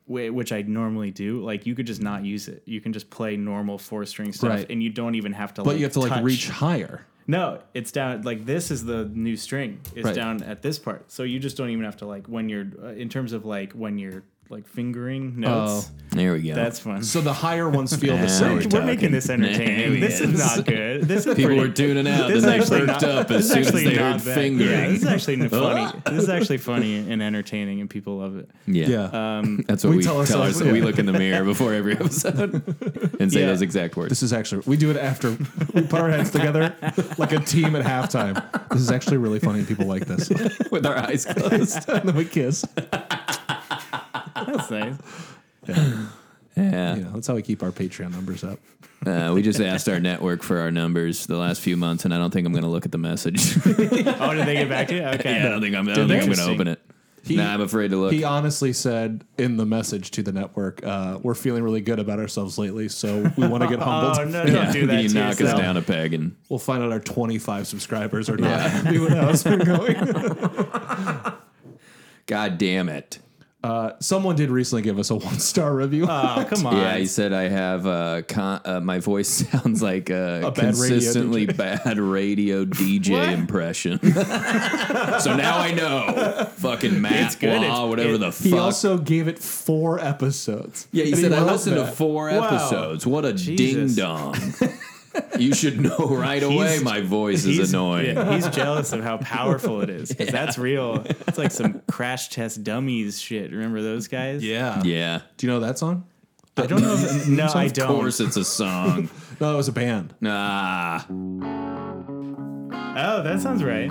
Speaker 3: wh- which I normally do. Like you could just not use it. You can just play normal four string stuff,
Speaker 1: Right.
Speaker 3: and you don't even have to.
Speaker 1: But you have to like
Speaker 3: touch.
Speaker 1: reach higher.
Speaker 3: No, it's down. Like this is the new string. It's
Speaker 1: Right.
Speaker 3: down at this part, so you just don't even have to like when you're uh, in terms of like when you're like fingering notes.
Speaker 1: Oh.
Speaker 2: There we go.
Speaker 3: That's fun.
Speaker 1: So the higher ones feel the
Speaker 2: Yeah.
Speaker 1: same.
Speaker 3: we're
Speaker 2: Oh, talking.
Speaker 3: making this entertaining.
Speaker 2: Yeah,
Speaker 3: this is
Speaker 2: yes.
Speaker 3: not good. This is
Speaker 2: People
Speaker 3: pretty,
Speaker 2: were tuning out.
Speaker 3: This
Speaker 2: Then they
Speaker 3: is actually
Speaker 2: perked
Speaker 3: not-
Speaker 2: up as
Speaker 3: this is
Speaker 2: soon as
Speaker 3: actually
Speaker 2: they
Speaker 3: not
Speaker 2: heard
Speaker 3: bad.
Speaker 2: fingering.
Speaker 3: Yeah, this is actually funny. this is actually funny and entertaining, and people love it.
Speaker 2: Yeah. Uh,
Speaker 1: Yeah.
Speaker 2: That's what
Speaker 1: We
Speaker 2: we,
Speaker 1: tell
Speaker 2: tell,
Speaker 1: ourselves,
Speaker 2: ourselves. We
Speaker 1: yeah.
Speaker 2: look in the mirror before every episode and say
Speaker 3: Yeah.
Speaker 2: those exact words.
Speaker 1: this is actually we do it after we put our heads together like a team at halftime. This is actually really funny. People like this. and
Speaker 2: with our eyes closed.
Speaker 1: then we kiss.
Speaker 3: That's nice.
Speaker 1: You
Speaker 2: Yeah.
Speaker 1: know, that's how we keep our Patreon numbers up.
Speaker 2: Uh, we just asked our network for our numbers the last few months, and I don't think I'm going to look at the message.
Speaker 3: Oh, did they get back to you? Okay.
Speaker 2: I don't think I'm, I don't think I'm going to
Speaker 3: Interesting.
Speaker 2: open it.
Speaker 1: He-
Speaker 2: nah, I'm afraid to look.
Speaker 1: He honestly said in the message to the network, uh, "We're feeling really good about ourselves lately, so we want to get humbled.
Speaker 3: Oh no!
Speaker 2: yeah.
Speaker 3: Don't do that
Speaker 2: Can you
Speaker 3: to
Speaker 2: knock us
Speaker 3: yourself.
Speaker 2: down a peg and
Speaker 1: We'll find out our 25 subscribers or not. We would know we're going.
Speaker 2: God damn it.
Speaker 1: Uh, someone did recently give us a one star review.
Speaker 2: Uh,
Speaker 3: Oh come on!
Speaker 2: Yeah, he said I have uh, con- uh my voice sounds like a,
Speaker 1: A bad radio
Speaker 2: consistently bad radio DJ impression. so now I know. Fucking Matt
Speaker 3: good.
Speaker 2: Wah,
Speaker 3: It's-
Speaker 2: whatever
Speaker 3: it-
Speaker 2: the
Speaker 1: he
Speaker 2: fuck.
Speaker 1: also gave it four episodes.
Speaker 2: yeah, he
Speaker 1: And
Speaker 2: said I
Speaker 1: wrote
Speaker 2: listened to
Speaker 1: that.
Speaker 2: four episodes. What a ding
Speaker 3: Jesus.
Speaker 2: dong. you should know right away my voice
Speaker 3: He's-
Speaker 2: is annoying.
Speaker 3: yeah, he's jealous of how powerful it is. 'cause That's real. It's like some crash test dummies shit. Remember those guys?
Speaker 1: Yeah.
Speaker 2: Yeah.
Speaker 1: Do you know that song?
Speaker 3: I don't know. If, no, I
Speaker 2: Of
Speaker 3: don't.
Speaker 2: course it's a song.
Speaker 1: No, it was a band.
Speaker 2: nah.
Speaker 3: Oh, that sounds right.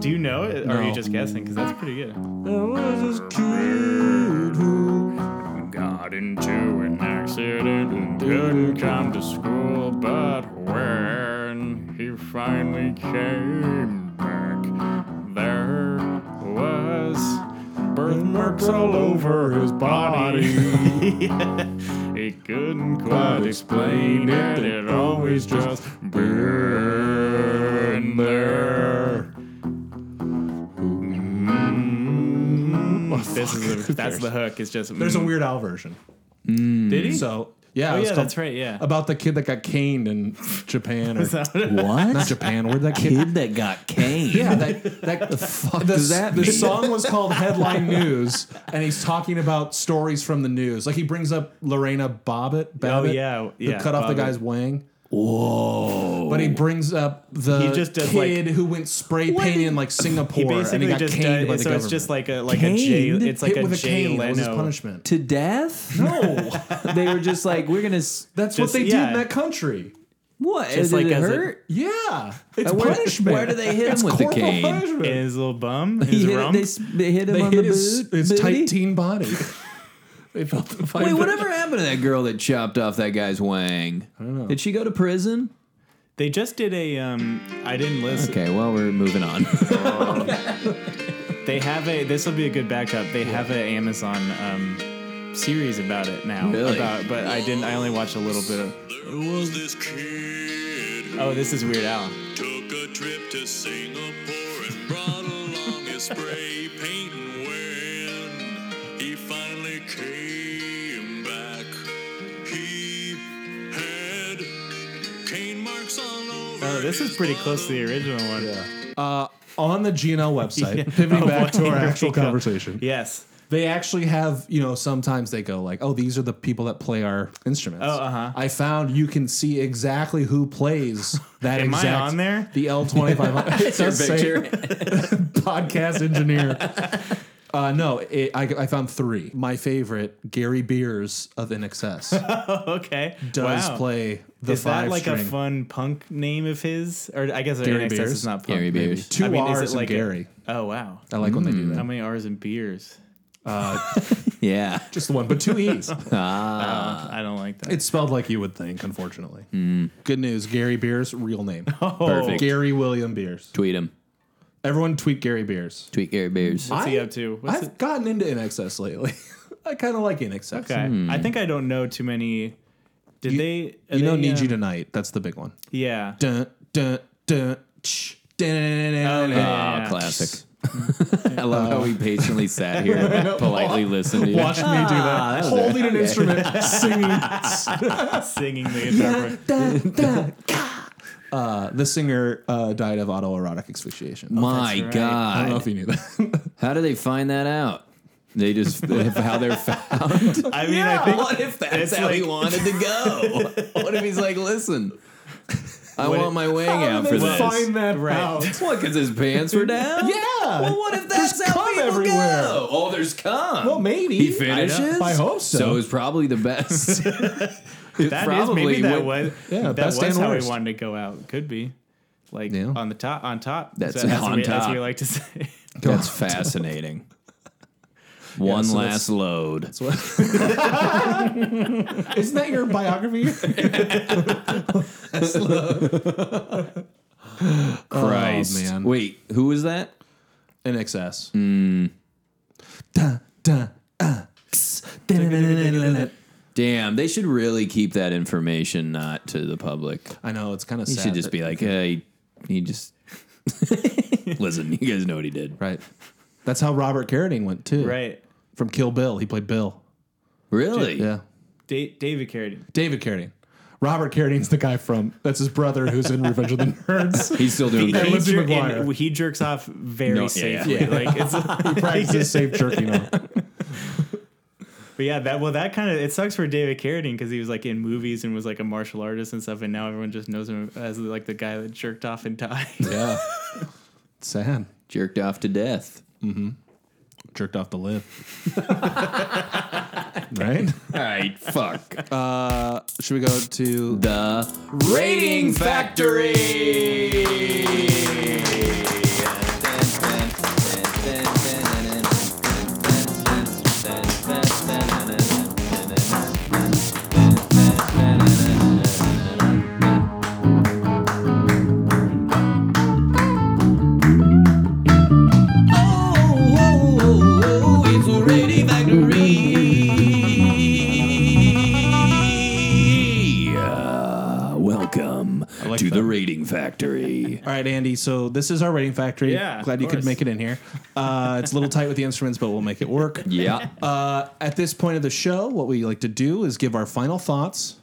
Speaker 3: Do you know it, or are
Speaker 1: No.
Speaker 3: you just guessing? Because that's pretty good.
Speaker 1: There was this kid who-
Speaker 3: Got into an accident and didn't come to school, but when he finally came back, there was birthmarks all over his body. he couldn't quite explain it, it always just been there. This is the, that's the hook. It's just
Speaker 1: There's a Weird Al version.
Speaker 3: did he?
Speaker 1: So, yeah.
Speaker 3: oh
Speaker 1: it was
Speaker 3: yeah,
Speaker 1: called-
Speaker 3: that's right. Yeah.
Speaker 1: About the kid that got caned in Japan. Or, not
Speaker 2: What?
Speaker 1: Japan. Where'd that kid
Speaker 2: Kid that got caned.
Speaker 1: Yeah, that, that the fuck
Speaker 2: does that
Speaker 1: The
Speaker 2: mean?
Speaker 1: song was called Headline News, and he's talking about stories from the news. Like he brings up Lorena Bobbitt. Babbitt,
Speaker 3: yeah,
Speaker 1: who
Speaker 3: yeah,
Speaker 1: cut off the
Speaker 3: Bobbitt.
Speaker 1: guy's wang.
Speaker 2: Whoa. Whoa.
Speaker 1: But he brings up the
Speaker 3: He just does,
Speaker 1: kid
Speaker 3: like-
Speaker 1: who went spray painting in like Singapore
Speaker 3: He
Speaker 1: and he
Speaker 3: basically
Speaker 1: got
Speaker 3: just
Speaker 1: caned by
Speaker 3: does,
Speaker 1: the
Speaker 3: so
Speaker 1: government.
Speaker 3: it's just like a like a
Speaker 5: Caned?
Speaker 3: Jay. It's like
Speaker 1: Hit
Speaker 3: a
Speaker 1: with a
Speaker 3: Jay
Speaker 1: cane that was his
Speaker 3: Leno.
Speaker 1: punishment.
Speaker 5: to death?
Speaker 1: No,
Speaker 5: they were just like, we're gonna. s-
Speaker 1: that's
Speaker 3: Just-
Speaker 1: what they did
Speaker 3: yeah.
Speaker 1: in that country.
Speaker 5: What?
Speaker 3: Just
Speaker 5: Did
Speaker 3: like
Speaker 5: it
Speaker 3: as a-
Speaker 5: hurt?
Speaker 1: Yeah, it's
Speaker 5: Uh, where-
Speaker 1: punishment.
Speaker 5: Where do they hit him with
Speaker 2: the
Speaker 5: the?
Speaker 1: Corporal
Speaker 2: cane?
Speaker 1: punishment.
Speaker 3: In his little bum, in
Speaker 5: He
Speaker 3: his
Speaker 5: hit,
Speaker 3: rump.
Speaker 5: they, s- they hit him
Speaker 1: They
Speaker 5: on
Speaker 1: hit
Speaker 5: the
Speaker 1: his,
Speaker 5: boot,
Speaker 1: his
Speaker 5: booty?
Speaker 1: tight teen body. they felt the fine
Speaker 5: Wait,
Speaker 1: bit.
Speaker 5: whatever happened
Speaker 2: happened to that girl that chopped off that guy's wang?
Speaker 5: to? Did she go to prison?
Speaker 3: They just did a. Um, I didn't listen.
Speaker 2: Okay, well, we're moving on.
Speaker 3: They have a. This will be a good backdrop. They have an Amazon um, series about it now.
Speaker 2: Really?
Speaker 3: About, but I didn't. I only watched a little bit. of
Speaker 6: There was this kid who
Speaker 3: Oh, this is Weird Al.
Speaker 6: took a trip to Singapore and brought along his spray paint. And when he finally came back, he had cane marks all over.
Speaker 3: Oh, this is
Speaker 6: his
Speaker 3: pretty
Speaker 6: body.
Speaker 3: close to the original one.
Speaker 1: Uh, on the GNL website, pivoting back to our actual conversation,
Speaker 3: Yes.
Speaker 1: they actually have you know sometimes they go like, oh, these are the people that play our instruments.
Speaker 3: Oh, uh-huh.
Speaker 1: I found you can see exactly who plays that.
Speaker 3: Am I
Speaker 1: exact,
Speaker 3: on there?
Speaker 1: The L twenty five. It's
Speaker 2: Your
Speaker 1: your podcast engineer. Uh, no, it, I, I found three. My favorite, Gary Beers of NXS,
Speaker 3: Okay.
Speaker 1: does
Speaker 3: wow.
Speaker 1: play the
Speaker 3: Is
Speaker 1: five
Speaker 3: that like
Speaker 1: string.
Speaker 3: a fun punk name of his? Or I guess
Speaker 1: Gary
Speaker 3: Gary
Speaker 1: Beers?
Speaker 3: is not punk.
Speaker 2: Gary
Speaker 3: maybe.
Speaker 2: Beers.
Speaker 1: Two
Speaker 3: I mean, is
Speaker 1: R's
Speaker 3: it like Mm.
Speaker 1: in Gary.
Speaker 3: Oh wow.
Speaker 1: I like when they do
Speaker 3: How
Speaker 1: that.
Speaker 3: many R's and beers? Uh,
Speaker 2: yeah. Ah.
Speaker 1: Just the one, but two E's.
Speaker 5: Ah.
Speaker 3: I don't like that.
Speaker 1: Uh, It's spelled like you would think, unfortunately. Hmm. Good news, Gary Beers, real name.
Speaker 3: Oh,
Speaker 2: Perfect.
Speaker 1: Gary William Beers.
Speaker 2: Tweet him.
Speaker 1: Everyone tweet Gary Beers.
Speaker 2: Tweet Gary
Speaker 5: Ah,
Speaker 2: Bears.
Speaker 3: What's he up to? What's
Speaker 1: I've
Speaker 3: it-
Speaker 1: gotten into NXS lately. I kind of like NXS.
Speaker 3: Okay. I think I don't know too many. Did they? are
Speaker 1: hmm. You know,
Speaker 3: they,
Speaker 1: Need You
Speaker 3: um,
Speaker 1: Tonight. That's the big one.
Speaker 3: Yeah.
Speaker 1: Dun, dun, dun, tsh, dun, dun, dun,
Speaker 3: Oh,
Speaker 1: dun,
Speaker 3: yeah.
Speaker 1: dun.
Speaker 2: Ah, classic. I love how we
Speaker 5: Uh.
Speaker 2: patiently sat here and politely listened to you. Ah,
Speaker 1: Watch me do that. Holding an instrument, singing.
Speaker 3: Singing the guitar. part.
Speaker 1: Uh, the singer uh, died of autoerotic asphyxiation.
Speaker 5: Oh,
Speaker 1: I
Speaker 2: My
Speaker 3: right.
Speaker 1: don't know if
Speaker 2: God.
Speaker 1: you knew that.
Speaker 2: How do they find that out? They just, how they're found.
Speaker 3: I mean, I think
Speaker 2: What if that's
Speaker 3: It's
Speaker 2: how he
Speaker 3: like-
Speaker 2: wanted to go? what if he's like, listen, I want my wing out for this?
Speaker 1: that
Speaker 3: Right.
Speaker 2: What? Because his pants were down?
Speaker 1: Yeah.
Speaker 2: Well, what if that's how
Speaker 1: cum
Speaker 2: people
Speaker 1: everywhere.
Speaker 2: go? Oh, there's cum.
Speaker 1: Well, maybe
Speaker 2: He finishes?
Speaker 1: I, know. I hope so.
Speaker 2: So it's probably the best. It
Speaker 3: that is maybe that
Speaker 2: would-
Speaker 3: was
Speaker 1: Yeah,
Speaker 3: that
Speaker 1: best
Speaker 3: was
Speaker 1: and
Speaker 3: how
Speaker 1: worst.
Speaker 3: he wanted to go out. Could be like
Speaker 1: Yeah.
Speaker 3: on the top. On top.
Speaker 2: That's
Speaker 3: So
Speaker 2: on
Speaker 3: what we, That's
Speaker 2: top.
Speaker 3: what we like to say.
Speaker 2: That's fascinating. One
Speaker 1: so that's-
Speaker 2: last load.
Speaker 1: Isn't that your biography?
Speaker 2: Christ.
Speaker 1: Oh, man.
Speaker 2: Wait, who was that?
Speaker 1: In excess.
Speaker 2: Mm.
Speaker 1: Da, da, uh, tss, da-da-da-da-da-da-da.
Speaker 2: Damn, they should really keep that information not to the public.
Speaker 1: I know it's kind of.
Speaker 2: He should just be like, hey, he just. Listen, you guys know what he did.
Speaker 1: right. That's how Robert Carradine went too.
Speaker 3: right.
Speaker 1: from Kill Bill, he played Bill.
Speaker 2: Really?
Speaker 1: Yeah,
Speaker 3: Da- David Carradine.
Speaker 1: David Carradine. Robert Carradine's the guy from that's his brother who's in Revenge of the Nerds.
Speaker 2: He's still doing
Speaker 1: And
Speaker 2: great.
Speaker 1: Lindsay
Speaker 3: jer-
Speaker 1: McGuire.
Speaker 3: and he jerks off very
Speaker 2: No, yeah,
Speaker 3: safely.
Speaker 1: yeah.
Speaker 3: Like it's,
Speaker 1: He practices safe jerking off.
Speaker 3: but yeah, that well, that kind of it sucks for David Carradine because he was like in movies and was like a martial artist and stuff, and now everyone just knows him as like the guy that jerked off and died.
Speaker 1: Yeah, sad.
Speaker 2: Jerked off to death.
Speaker 1: Jerked off the lip. right.
Speaker 2: All right, fuck.
Speaker 1: Uh, Should we go to
Speaker 2: The Rating Factory. Oh, oh, Uh, welcome
Speaker 1: like
Speaker 2: to
Speaker 1: that.
Speaker 2: the Rating Factory.
Speaker 1: All right, Andy. So this is our rating factory.
Speaker 3: Yeah,
Speaker 1: glad
Speaker 3: of
Speaker 1: you could
Speaker 3: course.
Speaker 1: make it in here. Uh, it's a little tight with the instruments, but we'll make it work.
Speaker 2: yeah.
Speaker 1: Uh, at this point of the show, what we like to do is give our final thoughts.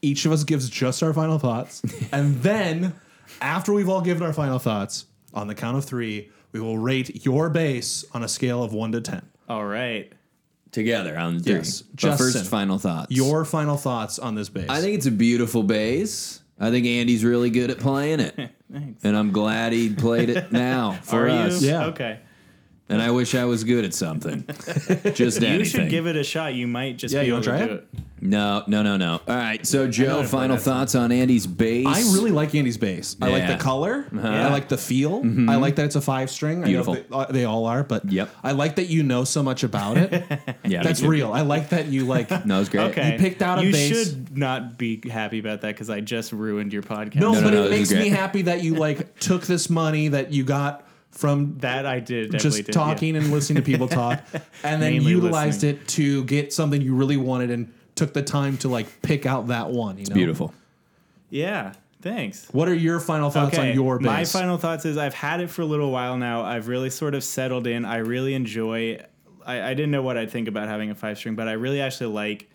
Speaker 1: Each of us gives just our final thoughts, and then after we've all given our final thoughts, on the count of three, we will rate your bass on a scale of one to ten.
Speaker 3: All right.
Speaker 2: Together on three.
Speaker 1: Yes.
Speaker 2: But first,
Speaker 1: Justin,
Speaker 2: final thoughts.
Speaker 1: Your final thoughts on this bass.
Speaker 2: I think it's a beautiful bass. I think Andy's really good at playing it.
Speaker 3: Thanks.
Speaker 2: And I'm glad he played it now for
Speaker 3: Are
Speaker 2: us.
Speaker 3: you?
Speaker 1: Yeah.
Speaker 3: Okay.
Speaker 2: And I wish I was good at something. Just anything.
Speaker 3: You should give it a shot. You might just
Speaker 1: Yeah,
Speaker 3: be
Speaker 1: you
Speaker 3: able
Speaker 1: wanna
Speaker 3: to
Speaker 1: try
Speaker 3: do
Speaker 1: it?
Speaker 3: it.
Speaker 2: No, no, no, no. All right. So, Joe,
Speaker 3: if I
Speaker 2: final
Speaker 3: had
Speaker 2: thoughts on Andy's bass.
Speaker 1: I really like Andy's bass. I like
Speaker 2: Yeah. Uh-huh. Mm-hmm.
Speaker 1: the color. I
Speaker 3: Yeah.
Speaker 1: like the feel. I like that it's a five string.
Speaker 2: Beautiful.
Speaker 1: I know they, uh, they all are, but
Speaker 2: Yep.
Speaker 1: I like that you know so much about it.
Speaker 2: Yeah, me
Speaker 1: That's
Speaker 2: too.
Speaker 1: real. I like that you like.
Speaker 2: No, it's great.
Speaker 3: Okay.
Speaker 1: You picked out a
Speaker 3: You
Speaker 1: bass.
Speaker 3: should not be happy about that because I just ruined your podcast.
Speaker 1: No,
Speaker 2: no,
Speaker 1: but
Speaker 2: no,
Speaker 1: it
Speaker 2: this
Speaker 1: makes
Speaker 2: is
Speaker 1: me
Speaker 2: great.
Speaker 1: happy that you like took this money that you got from
Speaker 3: that I did. Definitely
Speaker 1: just
Speaker 3: did, yeah.
Speaker 1: talking and listening to people talk, and then
Speaker 3: Mainly
Speaker 1: utilized
Speaker 3: listening.
Speaker 1: it to get something you really wanted and took the time to like pick out that one. You know?
Speaker 2: Beautiful.
Speaker 3: Yeah. Thanks.
Speaker 1: What are your final thoughts on your bass?
Speaker 3: My final thoughts is I've had it for a little while now. I've really sort of settled in. I really enjoy. I, I didn't know what I'd think about having a five string, but I really actually like.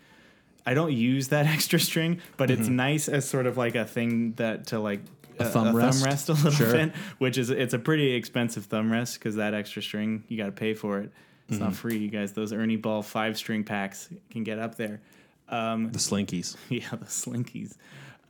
Speaker 3: I don't use that extra string, but it's nice as sort of like a thing that to like a,
Speaker 1: Mm-hmm. thumb rest?
Speaker 3: rest a little
Speaker 1: Sure.
Speaker 3: bit, which is it's a pretty expensive thumb rest because that extra string you got to pay for it. It's
Speaker 1: Mm-hmm.
Speaker 3: not free, you guys. Those Ernie Ball five string packs can get up there.
Speaker 1: the Slinkies.
Speaker 3: Yeah, the slinkies.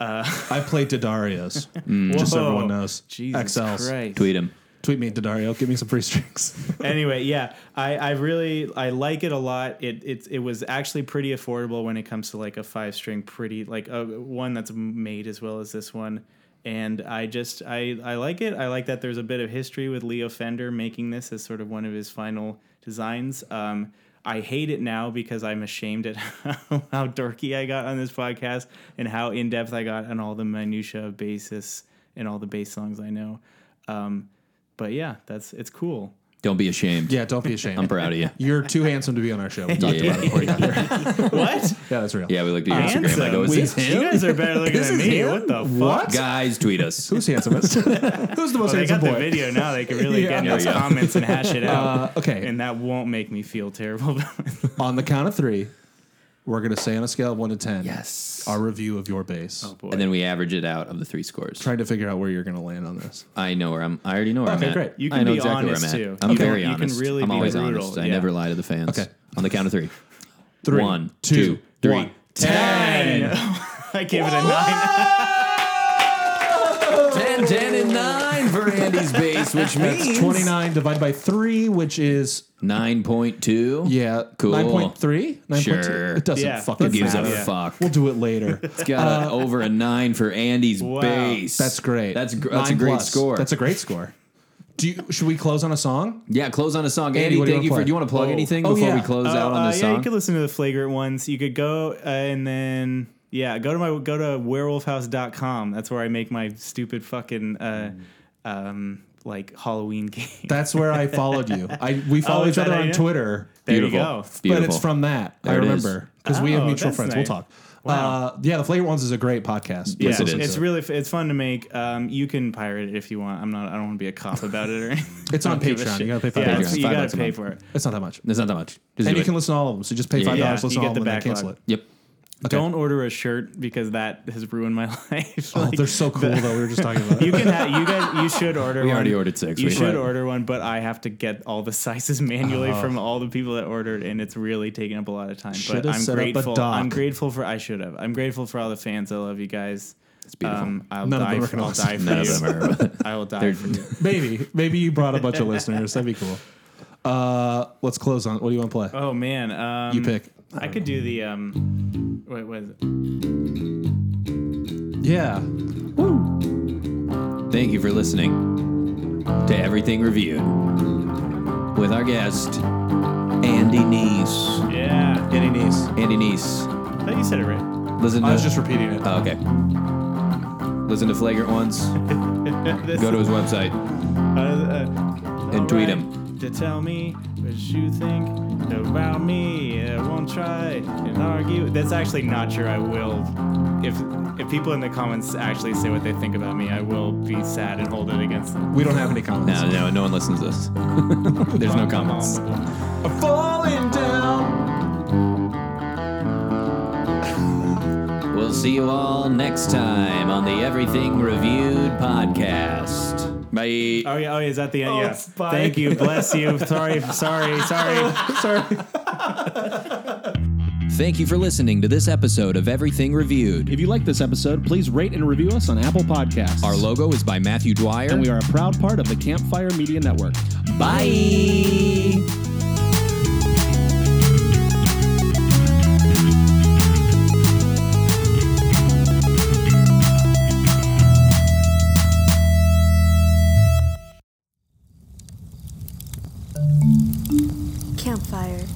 Speaker 1: I played Daddario's. Just so
Speaker 3: Mm. Whoa.
Speaker 1: everyone knows.
Speaker 3: Jesus
Speaker 1: XLs.
Speaker 3: Christ.
Speaker 2: Tweet him.
Speaker 1: Tweet me Daddario. Give me some free strings.
Speaker 3: anyway, yeah, I, I really I like it a lot. It it's it was actually pretty affordable when it comes to like a five string, pretty like a one that's made as well as this one. And I just I I like it. I like that there's a bit of history with Leo Fender making this as sort of one of his final designs. Um, I hate it now because I'm ashamed at how, how dorky I got on this podcast and how in depth I got on all the minutia of basis and all the bass songs I know. Um, but yeah, that's it's cool.
Speaker 2: Don't be ashamed.
Speaker 1: yeah, don't be ashamed.
Speaker 2: I'm proud of you.
Speaker 1: You're too handsome to be on our show. We talked
Speaker 2: Yeah.
Speaker 1: about it before. you got here.
Speaker 3: What?
Speaker 1: Yeah, that's real.
Speaker 2: Yeah, we looked at your Instagram. I go, is
Speaker 3: We-
Speaker 2: this him?
Speaker 3: You guys are better looking than me. What the fuck? Oh,
Speaker 1: What?
Speaker 2: Guys, tweet us.
Speaker 1: Who's handsomest? Who's the most
Speaker 3: They
Speaker 1: handsome
Speaker 3: got the
Speaker 1: boy?
Speaker 3: video now. They can really
Speaker 1: Yeah.
Speaker 3: get in
Speaker 1: There
Speaker 3: those
Speaker 2: we go.
Speaker 3: comments and hash it out.
Speaker 1: Uh, okay.
Speaker 3: And that won't make me feel terrible. about it.
Speaker 1: on the count of three, we're gonna say on a scale of one to ten.
Speaker 2: Yes.
Speaker 1: Our review of your bass.
Speaker 3: Boy.
Speaker 2: And then we average it out of the three scores.
Speaker 1: Trying to figure out where you're gonna land on this.
Speaker 2: I know where I'm. I already know where
Speaker 1: Okay,
Speaker 2: I'm at.
Speaker 1: great.
Speaker 3: You
Speaker 2: I
Speaker 3: can
Speaker 2: know
Speaker 3: be
Speaker 2: exactly where I'm
Speaker 3: honest,
Speaker 2: at.
Speaker 3: too.
Speaker 2: I'm
Speaker 3: You can-
Speaker 2: very
Speaker 3: you can
Speaker 2: honest.
Speaker 3: really
Speaker 2: I'm
Speaker 3: be
Speaker 2: always
Speaker 3: brutal,
Speaker 2: honest. I
Speaker 3: yeah.
Speaker 2: never lie to the fans.
Speaker 1: Okay.
Speaker 2: On the count of three.
Speaker 1: Three,
Speaker 2: One,
Speaker 1: two,
Speaker 2: two, three.
Speaker 1: one.
Speaker 2: Ten.
Speaker 3: I gave it a nine.
Speaker 2: Ten, ten, and nine for Andy's base, which means
Speaker 1: That's twenty nine divided by three, which is
Speaker 2: nine point two.
Speaker 1: yeah,
Speaker 2: Cool.
Speaker 1: Nine point three.
Speaker 2: Sure.
Speaker 1: It doesn't
Speaker 3: Yeah.
Speaker 1: fucking
Speaker 2: Who gives a
Speaker 1: matter.
Speaker 3: Yeah.
Speaker 2: fuck?
Speaker 1: We'll do it later.
Speaker 2: It's got a- over a nine for Andy's
Speaker 3: Wow.
Speaker 2: base.
Speaker 1: That's great.
Speaker 2: That's gr- that's a
Speaker 1: Nine
Speaker 2: great
Speaker 1: plus.
Speaker 2: score.
Speaker 1: That's a great score. Do you, should we close on a song?
Speaker 2: yeah. Close on a song, Andy.
Speaker 1: Andy, what do you
Speaker 2: thank
Speaker 1: wanna
Speaker 2: you for.
Speaker 1: play?
Speaker 2: Do you want to plug
Speaker 1: Oh.
Speaker 2: anything
Speaker 1: Oh,
Speaker 2: before
Speaker 1: yeah.
Speaker 2: we close out
Speaker 3: Uh,
Speaker 2: on this
Speaker 3: yeah,
Speaker 2: song?
Speaker 3: you could listen to the flagrant ones. You could go uh, and then yeah, go to my go to werewolfhouse.com. That's where I make my stupid fucking uh, um, like Halloween game.
Speaker 1: That's where I followed you. I we follow
Speaker 3: Oh, is
Speaker 1: each other
Speaker 3: that
Speaker 1: on
Speaker 3: how you-
Speaker 1: Twitter,
Speaker 3: there
Speaker 2: Beautiful.
Speaker 3: you go.
Speaker 1: but
Speaker 2: Beautiful.
Speaker 1: it's from that I
Speaker 2: There it is.
Speaker 1: remember because we have
Speaker 3: Oh,
Speaker 1: mutual
Speaker 3: that's
Speaker 1: friends.
Speaker 3: nice.
Speaker 1: We'll talk. Uh, yeah, the Flavor Ones is a great podcast.
Speaker 3: Yeah,
Speaker 2: it is.
Speaker 3: it's really f- it's fun to make. Um, you can pirate it if you want. I'm not. I don't want to be a cop about it or anything.
Speaker 1: It's on
Speaker 3: I don't give a
Speaker 1: Patreon.
Speaker 3: shit.
Speaker 1: You gotta pay five
Speaker 3: Yeah,
Speaker 1: bucks.
Speaker 3: it's- You
Speaker 2: Five
Speaker 3: gotta
Speaker 2: bucks a
Speaker 3: pay
Speaker 2: month.
Speaker 3: for it.
Speaker 1: It's not that much,
Speaker 2: That's not that much. Just
Speaker 1: and
Speaker 2: do
Speaker 1: you
Speaker 2: it.
Speaker 1: can listen to all of them. So just pay five
Speaker 2: Yeah,
Speaker 1: dollars,
Speaker 3: you
Speaker 1: listen to
Speaker 3: get
Speaker 1: all of
Speaker 3: the
Speaker 1: them, and then
Speaker 3: backlog.
Speaker 1: cancel it.
Speaker 2: Yep.
Speaker 3: Don't order a shirt because that has ruined my life.
Speaker 1: Oh,
Speaker 3: Like,
Speaker 1: they're so cool though. We were just talking about.
Speaker 3: you can have, you guys you should order
Speaker 2: We
Speaker 3: one.
Speaker 2: already ordered six,
Speaker 3: You
Speaker 2: we-
Speaker 3: should
Speaker 2: Right.
Speaker 3: order one, but I have to get all the sizes manually
Speaker 1: Oh.
Speaker 3: from all the people that ordered and it's really taking up a lot of time.
Speaker 1: Should've
Speaker 3: but I'm
Speaker 1: set up a
Speaker 3: grateful.
Speaker 1: doc.
Speaker 3: I'm grateful for I should have. I'm grateful for all the fans. I love you guys. It's
Speaker 2: beautiful.
Speaker 3: I'll
Speaker 1: None of
Speaker 3: die
Speaker 1: them are
Speaker 3: for,
Speaker 1: gonna
Speaker 3: I'll
Speaker 1: listen.
Speaker 3: die for
Speaker 2: None of
Speaker 3: you.
Speaker 2: them are.
Speaker 3: I will die for you.
Speaker 1: maybe maybe you brought a bunch of listeners. That'd be cool. Uh, let's close on. What do you want to play?
Speaker 3: Oh man. Um,
Speaker 1: you pick.
Speaker 3: I could do the um wait, what is it?
Speaker 1: Um, Yeah.
Speaker 2: Thank you for listening to Everything Reviewed with our guest, Andy Neese.
Speaker 3: Yeah.
Speaker 1: Any knees.
Speaker 2: Andy Neese.
Speaker 3: I thought you said it right.
Speaker 2: Listen to.
Speaker 1: I was just repeating it.
Speaker 2: Oh, okay. Listen to Flagrant Ones.
Speaker 3: This
Speaker 2: Go to his website.
Speaker 3: Uh, uh,
Speaker 2: And tweet
Speaker 3: alright,
Speaker 2: 'em.
Speaker 3: To tell me what you think about me. I won't try and argue. That's actually not true. I will. If if people in the comments actually say what they think about me, I will be sad and hold it against them.
Speaker 1: We don't have any comments.
Speaker 2: No, no, no one listens to this. There's no comments.
Speaker 1: Falling down.
Speaker 2: We'll see you all next time on the Everything Reviewed podcast. Bye.
Speaker 3: Oh yeah. Oh, yeah, is that the end?
Speaker 1: Oh,
Speaker 3: yeah.
Speaker 1: bye.
Speaker 3: Thank you. Bless you. Sorry. Sorry. Sorry.
Speaker 1: Sorry.
Speaker 2: Thank you for listening to this episode of Everything Reviewed.
Speaker 1: If you like this episode, please rate and review us on Apple Podcasts.
Speaker 2: Our logo is by Matthew Dwyer.
Speaker 1: and we are a proud part of the Campfire Media Network.
Speaker 2: Bye.
Speaker 7: Campfire.